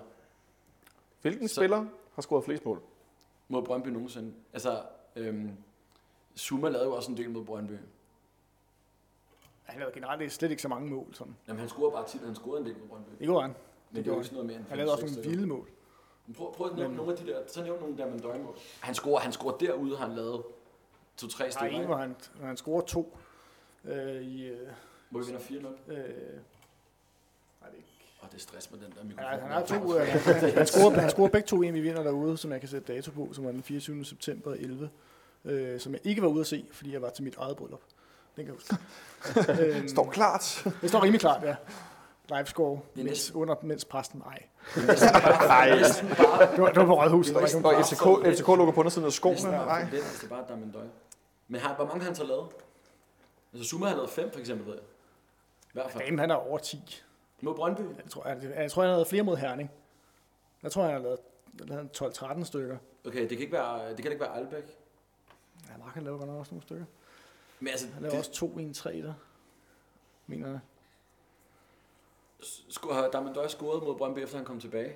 Speaker 2: Hvilken
Speaker 3: Så-
Speaker 2: spiller har scoret flest mål?
Speaker 3: mod Brøndby nogensinde. Altså, øhm, Zuma lavede jo også en del mod Brøndby.
Speaker 4: Han lavede generelt slet ikke så mange mål. Sådan.
Speaker 3: Jamen, han scorer bare tit, han scorede en del mod Brøndby.
Speaker 4: Det gjorde han.
Speaker 3: Men det er jo ikke sådan noget mere end
Speaker 4: Han lavede også
Speaker 3: 5-6
Speaker 4: nogle
Speaker 3: stykker.
Speaker 4: vilde mål.
Speaker 3: Men Prøv, prøv at nævne nogle af de der, så nævn nogle der man døgn Han scorer, han scorer derude, har han lavet to-tre
Speaker 4: Der Altså, er
Speaker 3: stykker,
Speaker 4: en,
Speaker 3: ikke?
Speaker 4: hvor han, hvor han scorer to øh, i... Øh,
Speaker 3: hvor vi vinder 4-0. Åh,
Speaker 4: øh, nej, det er ikke.
Speaker 3: det er stress med den der
Speaker 4: Han
Speaker 3: mikrofon.
Speaker 4: har, han har to, øh, han, han, scorer, han scorer begge to EM, vi vinder derude, som jeg kan sætte dato på, som var den 24. september 11, øh, som jeg ikke var ude at se, fordi jeg var til mit eget bryllup. Den kan jeg huske. øhm,
Speaker 2: Står klart.
Speaker 4: det står rimelig klart, ja. Live score,
Speaker 3: er
Speaker 4: mens,
Speaker 3: næsten-
Speaker 4: under, mens præsten, nej.
Speaker 3: Nej,
Speaker 4: Det var, det var på Rødhuset.
Speaker 3: Det
Speaker 4: Der
Speaker 3: var
Speaker 4: var ikke
Speaker 2: Og
Speaker 4: nogen
Speaker 3: bare
Speaker 2: FCK,
Speaker 3: sådan lidt.
Speaker 2: FCK lukker på undersiden af skoene.
Speaker 3: Næsten bare
Speaker 2: Nej.
Speaker 3: for let, hvis det bare er Damien Døj. Men har, hvor mange har han så lavet? Altså Zuma har lavet fem, for eksempel, ved jeg. I hvert fald.
Speaker 4: Dame, han er over 10.
Speaker 3: Mod Brøndby.
Speaker 4: Jeg tror, jeg, jeg tror, han havde flere mod Herning. Jeg tror, han har lavet, lavet 12-13 stykker.
Speaker 3: Okay, det kan ikke være, det kan da ikke være Albeck.
Speaker 4: Ja, Mark han laver godt nok også nogle stykker.
Speaker 3: Men altså,
Speaker 4: Han laver
Speaker 3: det,
Speaker 4: også to i en tre der, mener jeg.
Speaker 3: sku, har Damien Døj scoret mod Brøndby, efter han kom tilbage?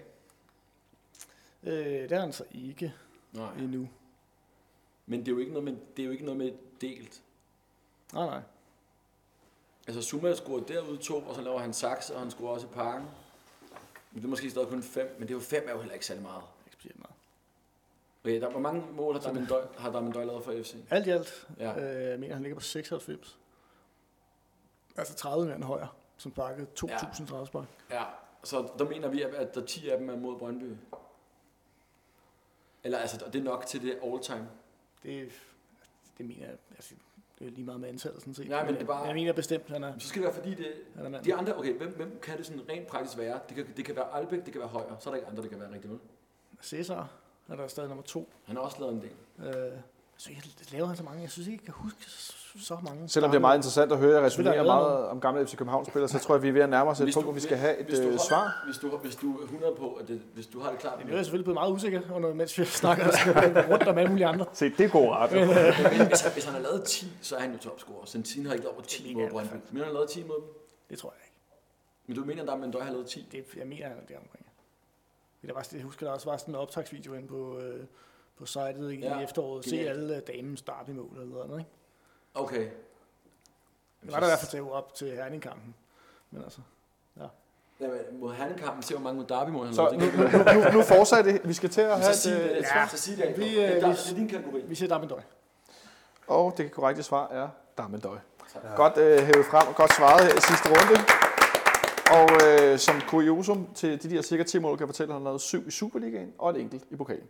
Speaker 4: Øh, det er han så ikke
Speaker 3: Nej.
Speaker 4: endnu.
Speaker 3: Men det er jo ikke noget med, det er jo ikke noget med delt.
Speaker 4: Nej, nej.
Speaker 3: Altså Zuma scorede derude to, og så laver han sakse, og han scorer også i parken. Men det er måske stadig kun fem, men det er jo fem er jo heller ikke særlig meget.
Speaker 4: Ikke specielt meget.
Speaker 3: Okay, der, hvor mange mål har Damien Døj, har Damien Døj lavet for FC?
Speaker 4: Alt i alt,
Speaker 3: Ja.
Speaker 4: ja. øh, jeg mener, han ligger på 96. Altså 30 mand højere, som sparkede 2.000 ja. spark.
Speaker 3: Ja, så der mener vi, at- at der 10 af dem er mod Brøndby. Eller altså, det er nok til det all time.
Speaker 4: Det, det mener jeg, altså, det er lige meget med antallet sådan set.
Speaker 3: Nej, men det er bare-
Speaker 4: Jeg mener bestemt, han er,
Speaker 3: Så skal det være, fordi det...
Speaker 4: han er mand.
Speaker 3: De andre, okay, hvem, hvem kan det sådan rent praktisk være? Det kan, det kan være Albeck, det kan være Højer, så er der ikke andre, det kan være rigtig vel.
Speaker 4: Cæsar er der stadig nummer to.
Speaker 3: Han har også lavet en del.
Speaker 4: Øh, så jeg det laver han så mange. Jeg synes ikke, jeg kan huske s- så mange.
Speaker 2: Selvom det er meget
Speaker 4: sparkede.
Speaker 2: interessant at høre, at
Speaker 4: Spiller
Speaker 2: resonere
Speaker 4: han
Speaker 2: meget om gamle FC København-spillere, så tror jeg, vi er ved at nærme os et
Speaker 3: Hvis
Speaker 2: punkt,
Speaker 3: du-
Speaker 2: hvor vi skal have
Speaker 3: hvis
Speaker 2: et
Speaker 3: du
Speaker 2: øh,
Speaker 3: holder-
Speaker 2: svar.
Speaker 3: Hvis du, hvis du er 100 på, at det, hvis du har det klart...
Speaker 4: Jamen, Jeg er selvfølgelig blevet meget usikker, under, mens vi snakker rundt om alle mulige andre.
Speaker 2: Se, det er god radio.
Speaker 3: Men hvis, hvis han har lavet 10, så er han jo topscorer. Sentin har ikke lavet over 10
Speaker 4: mener
Speaker 3: mod
Speaker 4: jeg i
Speaker 3: Brøndby. Men han har lavet 10 mod dem.
Speaker 4: Det tror jeg ikke.
Speaker 3: Men du mener, at Damien Døj har lavet 10?
Speaker 4: Det, jeg mener, han er der omkring. Men Der var, jeg husker, der også var sådan en optagsvideo inde på, øh, på sitet i
Speaker 3: Ja,
Speaker 4: ja, efteråret. Se
Speaker 3: genialt.
Speaker 4: alle øh, damens derbymål eller noget andet. Ikke?
Speaker 3: Okay.
Speaker 4: Det var der i hvert fald til op til herningkampen. Men altså,
Speaker 3: Jamen, mod Herning-kampen, se hvor mange mod Derby-mål han
Speaker 2: Så
Speaker 3: har lavet.
Speaker 2: nu,
Speaker 3: Det kan-
Speaker 2: nu, nu, nu fortsætter det. Vi skal til at have
Speaker 3: Så sig
Speaker 2: et,
Speaker 3: det,
Speaker 2: øh, et
Speaker 3: ja. så sig det.
Speaker 4: Vi,
Speaker 3: Vi,
Speaker 4: øh,
Speaker 3: det, er,
Speaker 4: vi-
Speaker 3: det er din kategori.
Speaker 4: vi ser Damendøj.
Speaker 2: Og det korrekte svar er Damendøj. Godt øh, hævet frem og godt svaret her i sidste runde. Og øh, som kuriosum til de der cirka 10 mål, kan jeg fortælle, at han har lavet syv i Superligaen og et enkelt i pokalen.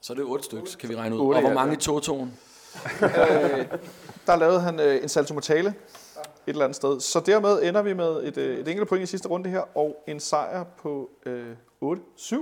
Speaker 3: Så er det otte stykker, kan vi regne ud.
Speaker 2: Otte,
Speaker 3: og hvor
Speaker 2: ja.
Speaker 3: mange i totoen?
Speaker 2: Øh, der lavede han øh, en salto mortale et eller andet sted. Så dermed ender vi med et, øh, et enkelt point i sidste runde her, og en sejr på øh, 8-7.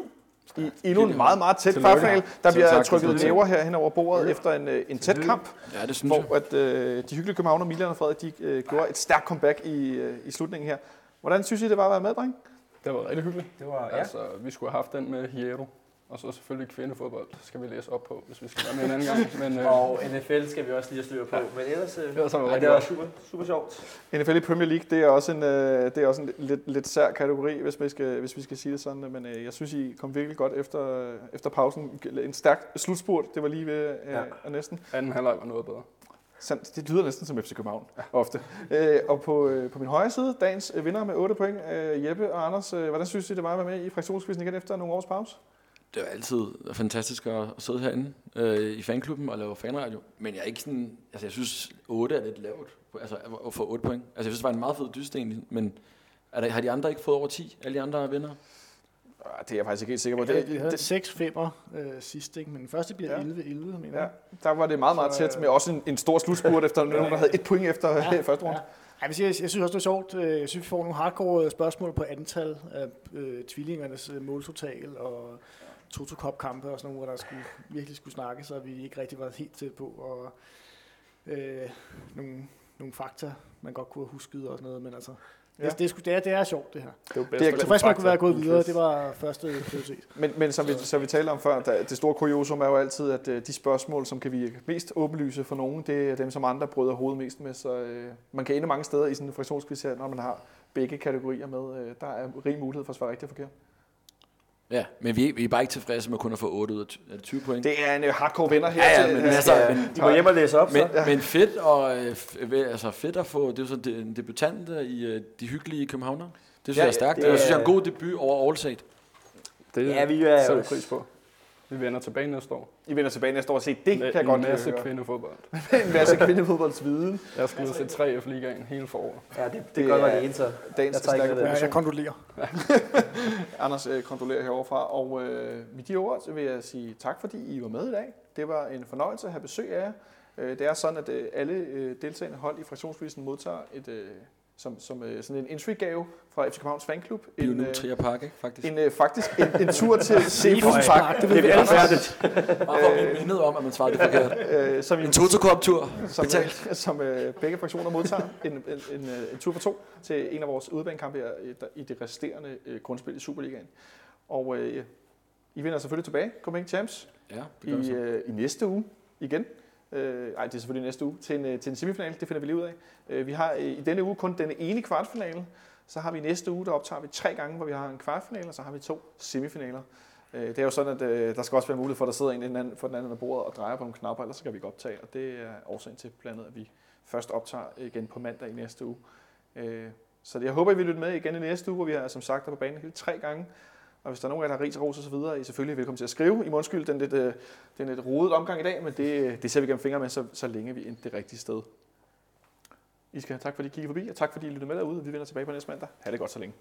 Speaker 2: I endnu en meget, meget tæt
Speaker 6: Tillykke.
Speaker 2: kvartfinal. Der
Speaker 6: Selv
Speaker 2: bliver
Speaker 6: tak.
Speaker 2: trykket
Speaker 6: Tillykke.
Speaker 2: næver her hen over bordet efter en, øh, en tæt
Speaker 6: Tillykke.
Speaker 2: kamp.
Speaker 3: Ja, det synes jeg.
Speaker 2: hvor at, øh, de hyggelige københavner, Milan og Frederik, de øh, gjorde et stærkt comeback i, øh, i slutningen her. Hvordan synes I, det var at være med, dreng?
Speaker 6: Det var rigtig hyggeligt.
Speaker 5: Det var,
Speaker 6: Ja. Altså, vi skulle have haft den med Hiedo. Og så selvfølgelig kvindefodbold, det skal vi læse op på, hvis vi skal være med en anden gang. Men øh,
Speaker 5: Og NFL skal vi også lige have styr på. Men ellers... Øh,
Speaker 6: ellers har det
Speaker 5: ej,
Speaker 6: været
Speaker 5: det var
Speaker 6: rigtig
Speaker 5: super, super sjovt.
Speaker 2: NFL i Premier League, det er også en, øh, det er også en lidt, lidt sær kategori, hvis vi, skal, hvis vi skal sige det sådan. Men øh, jeg synes, I kom virkelig godt efter, efter pausen. En stærk slutspurt, det var lige ved øh,
Speaker 5: Ja.
Speaker 2: ja. næsten.
Speaker 6: godt. anden halvleg var noget bedre.
Speaker 2: Sandt, det lyder næsten som FC København, ja. ofte. Øh, og på, øh, på min højre side, dagens øh, vinder med 8 point, øh, Jeppe og Anders. Øh, hvordan synes I, det var at være med i fraktionskvisten igen efter nogle års pause?
Speaker 3: Det er jo altid fantastisk at at sidde herinde øh, i fanklubben og lave fanradio. Men jeg er ikke sådan... Altså, jeg synes, 8 er lidt lavt. Altså, at få 8 point. Altså, jeg synes, det var en meget fed dyst egentlig. Men er der, har de andre ikke fået over 10? Alle de andre vinder?
Speaker 2: Øh, Det er jeg faktisk ikke helt sikker på.
Speaker 4: Vi havde 6 Øh, femmer øh, sidst, ikke? men den første bliver
Speaker 2: Ja.
Speaker 4: 11-11, mener
Speaker 2: Ja,
Speaker 4: jeg.
Speaker 2: der var det meget, meget
Speaker 4: Så,
Speaker 2: tæt,
Speaker 4: øh,
Speaker 2: med også en, en stor slutspurt efter nogen, der havde et point efter ja, første runde.
Speaker 4: Ja. Ej, jeg, siger, jeg synes også, det er sjovt. Øh, Jeg synes, vi får nogle hardcore øh, spørgsmål på antal af øh, tvillingernes øh, måltotal og Toto Cup kampe og sådan nogle, hvor der skulle, virkelig skulle snakkes, og vi ikke rigtig var helt tæt på. Og øh, nogle, nogle fakta, man godt kunne have husket og sådan noget, men altså, ja.
Speaker 2: Ja.
Speaker 4: det, det, er, sgu- det, er, det er sjovt, det her.
Speaker 6: Det er jo bedst.
Speaker 2: Det er
Speaker 6: at
Speaker 4: Så
Speaker 6: lave
Speaker 4: faktisk man
Speaker 6: fakta
Speaker 4: kunne være gået
Speaker 6: end
Speaker 4: videre,
Speaker 6: quiz.
Speaker 4: det var første prioritet.
Speaker 2: Men, men som, vi, som vi talte om før, der, det store kuriosum er jo altid, at øh, de spørgsmål, som kan virke mest åbenlyse for nogen, det er dem, som andre bryder hovedet mest med. Så øh, man kan ende mange steder i sådan en fraktionsquiz her, når man har begge kategorier med. Øh, der er rig mulighed for at svare rigtigt og forkert.
Speaker 3: Ja, men vi, vi er bare ikke tilfredse med kun at få 8 ud af ty- af 20 point.
Speaker 2: Det er en øh, hardcore vinder her.
Speaker 3: Ja, ja,
Speaker 2: til-
Speaker 3: men
Speaker 2: her
Speaker 3: altså,
Speaker 2: til-
Speaker 3: men-
Speaker 5: De går hjem og læser op, så.
Speaker 3: Men, men fedt, og, øh, f- ved- altså fedt at få, det er jo sådan en debutant øh, i øh, de hyggelige københavner. Det synes
Speaker 2: Ja,
Speaker 3: jeg er stærkt.
Speaker 5: det
Speaker 3: Det, jeg synes,
Speaker 5: er-
Speaker 3: jeg er en god debut over All Set.
Speaker 6: Det
Speaker 5: Ja, vi er
Speaker 6: sætter
Speaker 5: jo-
Speaker 6: vi pris på. Vi vender tilbage næste år.
Speaker 2: I vender tilbage næste år og se, det
Speaker 6: med
Speaker 2: kan jeg
Speaker 6: en
Speaker 2: godt lide at
Speaker 6: masse
Speaker 2: høre.
Speaker 6: kvindefodbold.
Speaker 2: en masse kvindefodboldsviden.
Speaker 6: Jeg skal ud og se 3F Ligaen hele foråret.
Speaker 5: Ja, det, det,
Speaker 2: Det
Speaker 5: det godt
Speaker 2: er-
Speaker 5: var det ene, så.
Speaker 2: Dagens
Speaker 5: Jeg trækker
Speaker 2: stærke
Speaker 5: det.
Speaker 4: Ja,
Speaker 2: konklusion.
Speaker 4: jeg kondolerer.
Speaker 2: Anders øh, kontrollerer heroverfra. Og øh, med de ord så vil jeg sige tak, fordi I var med i dag. Det var en fornøjelse at have besøg af jer. Øh, det er sådan, at øh, alle øh, deltagende hold i fraktionsvisen modtager et, øh, som, som øh, sådan en entry-gave fra FC Københavns Fanklub. En, øh,
Speaker 3: Bionutria Park, ikke, faktisk.
Speaker 2: en, øh, faktisk en, en tur til Cepos
Speaker 4: Cepos
Speaker 2: Park,
Speaker 4: Park, det ved vi alle
Speaker 3: Bare for at blive mindet om, at man svarede det forkert.
Speaker 2: øh, som, I,
Speaker 3: En Totokop-tur.
Speaker 2: som,
Speaker 3: betalt.
Speaker 2: øh, som øh, begge fraktioner modtager. En, en, en, øh, en tur for to til en af vores udebanekampe her i, i det resterende øh, grundspil i Superligaen. Og øh, I vender selvfølgelig tilbage. Kom ind, champs.
Speaker 3: Ja, det gør vi
Speaker 2: i,
Speaker 3: så.
Speaker 2: øh, i næste uge igen. Øh, ej, det er selvfølgelig næste uge til en, øh, til en semifinal, det finder vi lige ud af. Øh, vi har øh, i denne uge kun den ene kvartfinale, så har vi næste uge, der optager vi tre gange, hvor vi har en kvartfinale, og så har vi to semifinaler. Øh, det er jo sådan, at øh, der skal også være mulighed for, at der sidder en i den anden, for den anden af bordet og drejer på nogle knapper, ellers så kan vi ikke optage, og det er årsagen til blandt andet, at vi først optager igen på mandag i næste uge. Øh, så jeg håber, I vil lytte med igen i næste uge, hvor vi er som sagt er på banen hele tre gange. Og hvis der er nogen af jer, der har ris, ros og så videre, I er selvfølgelig velkommen til at skrive. I må undskylde den lidt, øh, den lidt rodet omgang i dag, men det, det ser vi gennem fingre med, så, så længe vi endte det rigtige sted. I skal have tak, fordi I kiggede forbi, og tak, fordi I lyttede med derude. Vi vender tilbage på næste mandag. Ha' det godt så længe.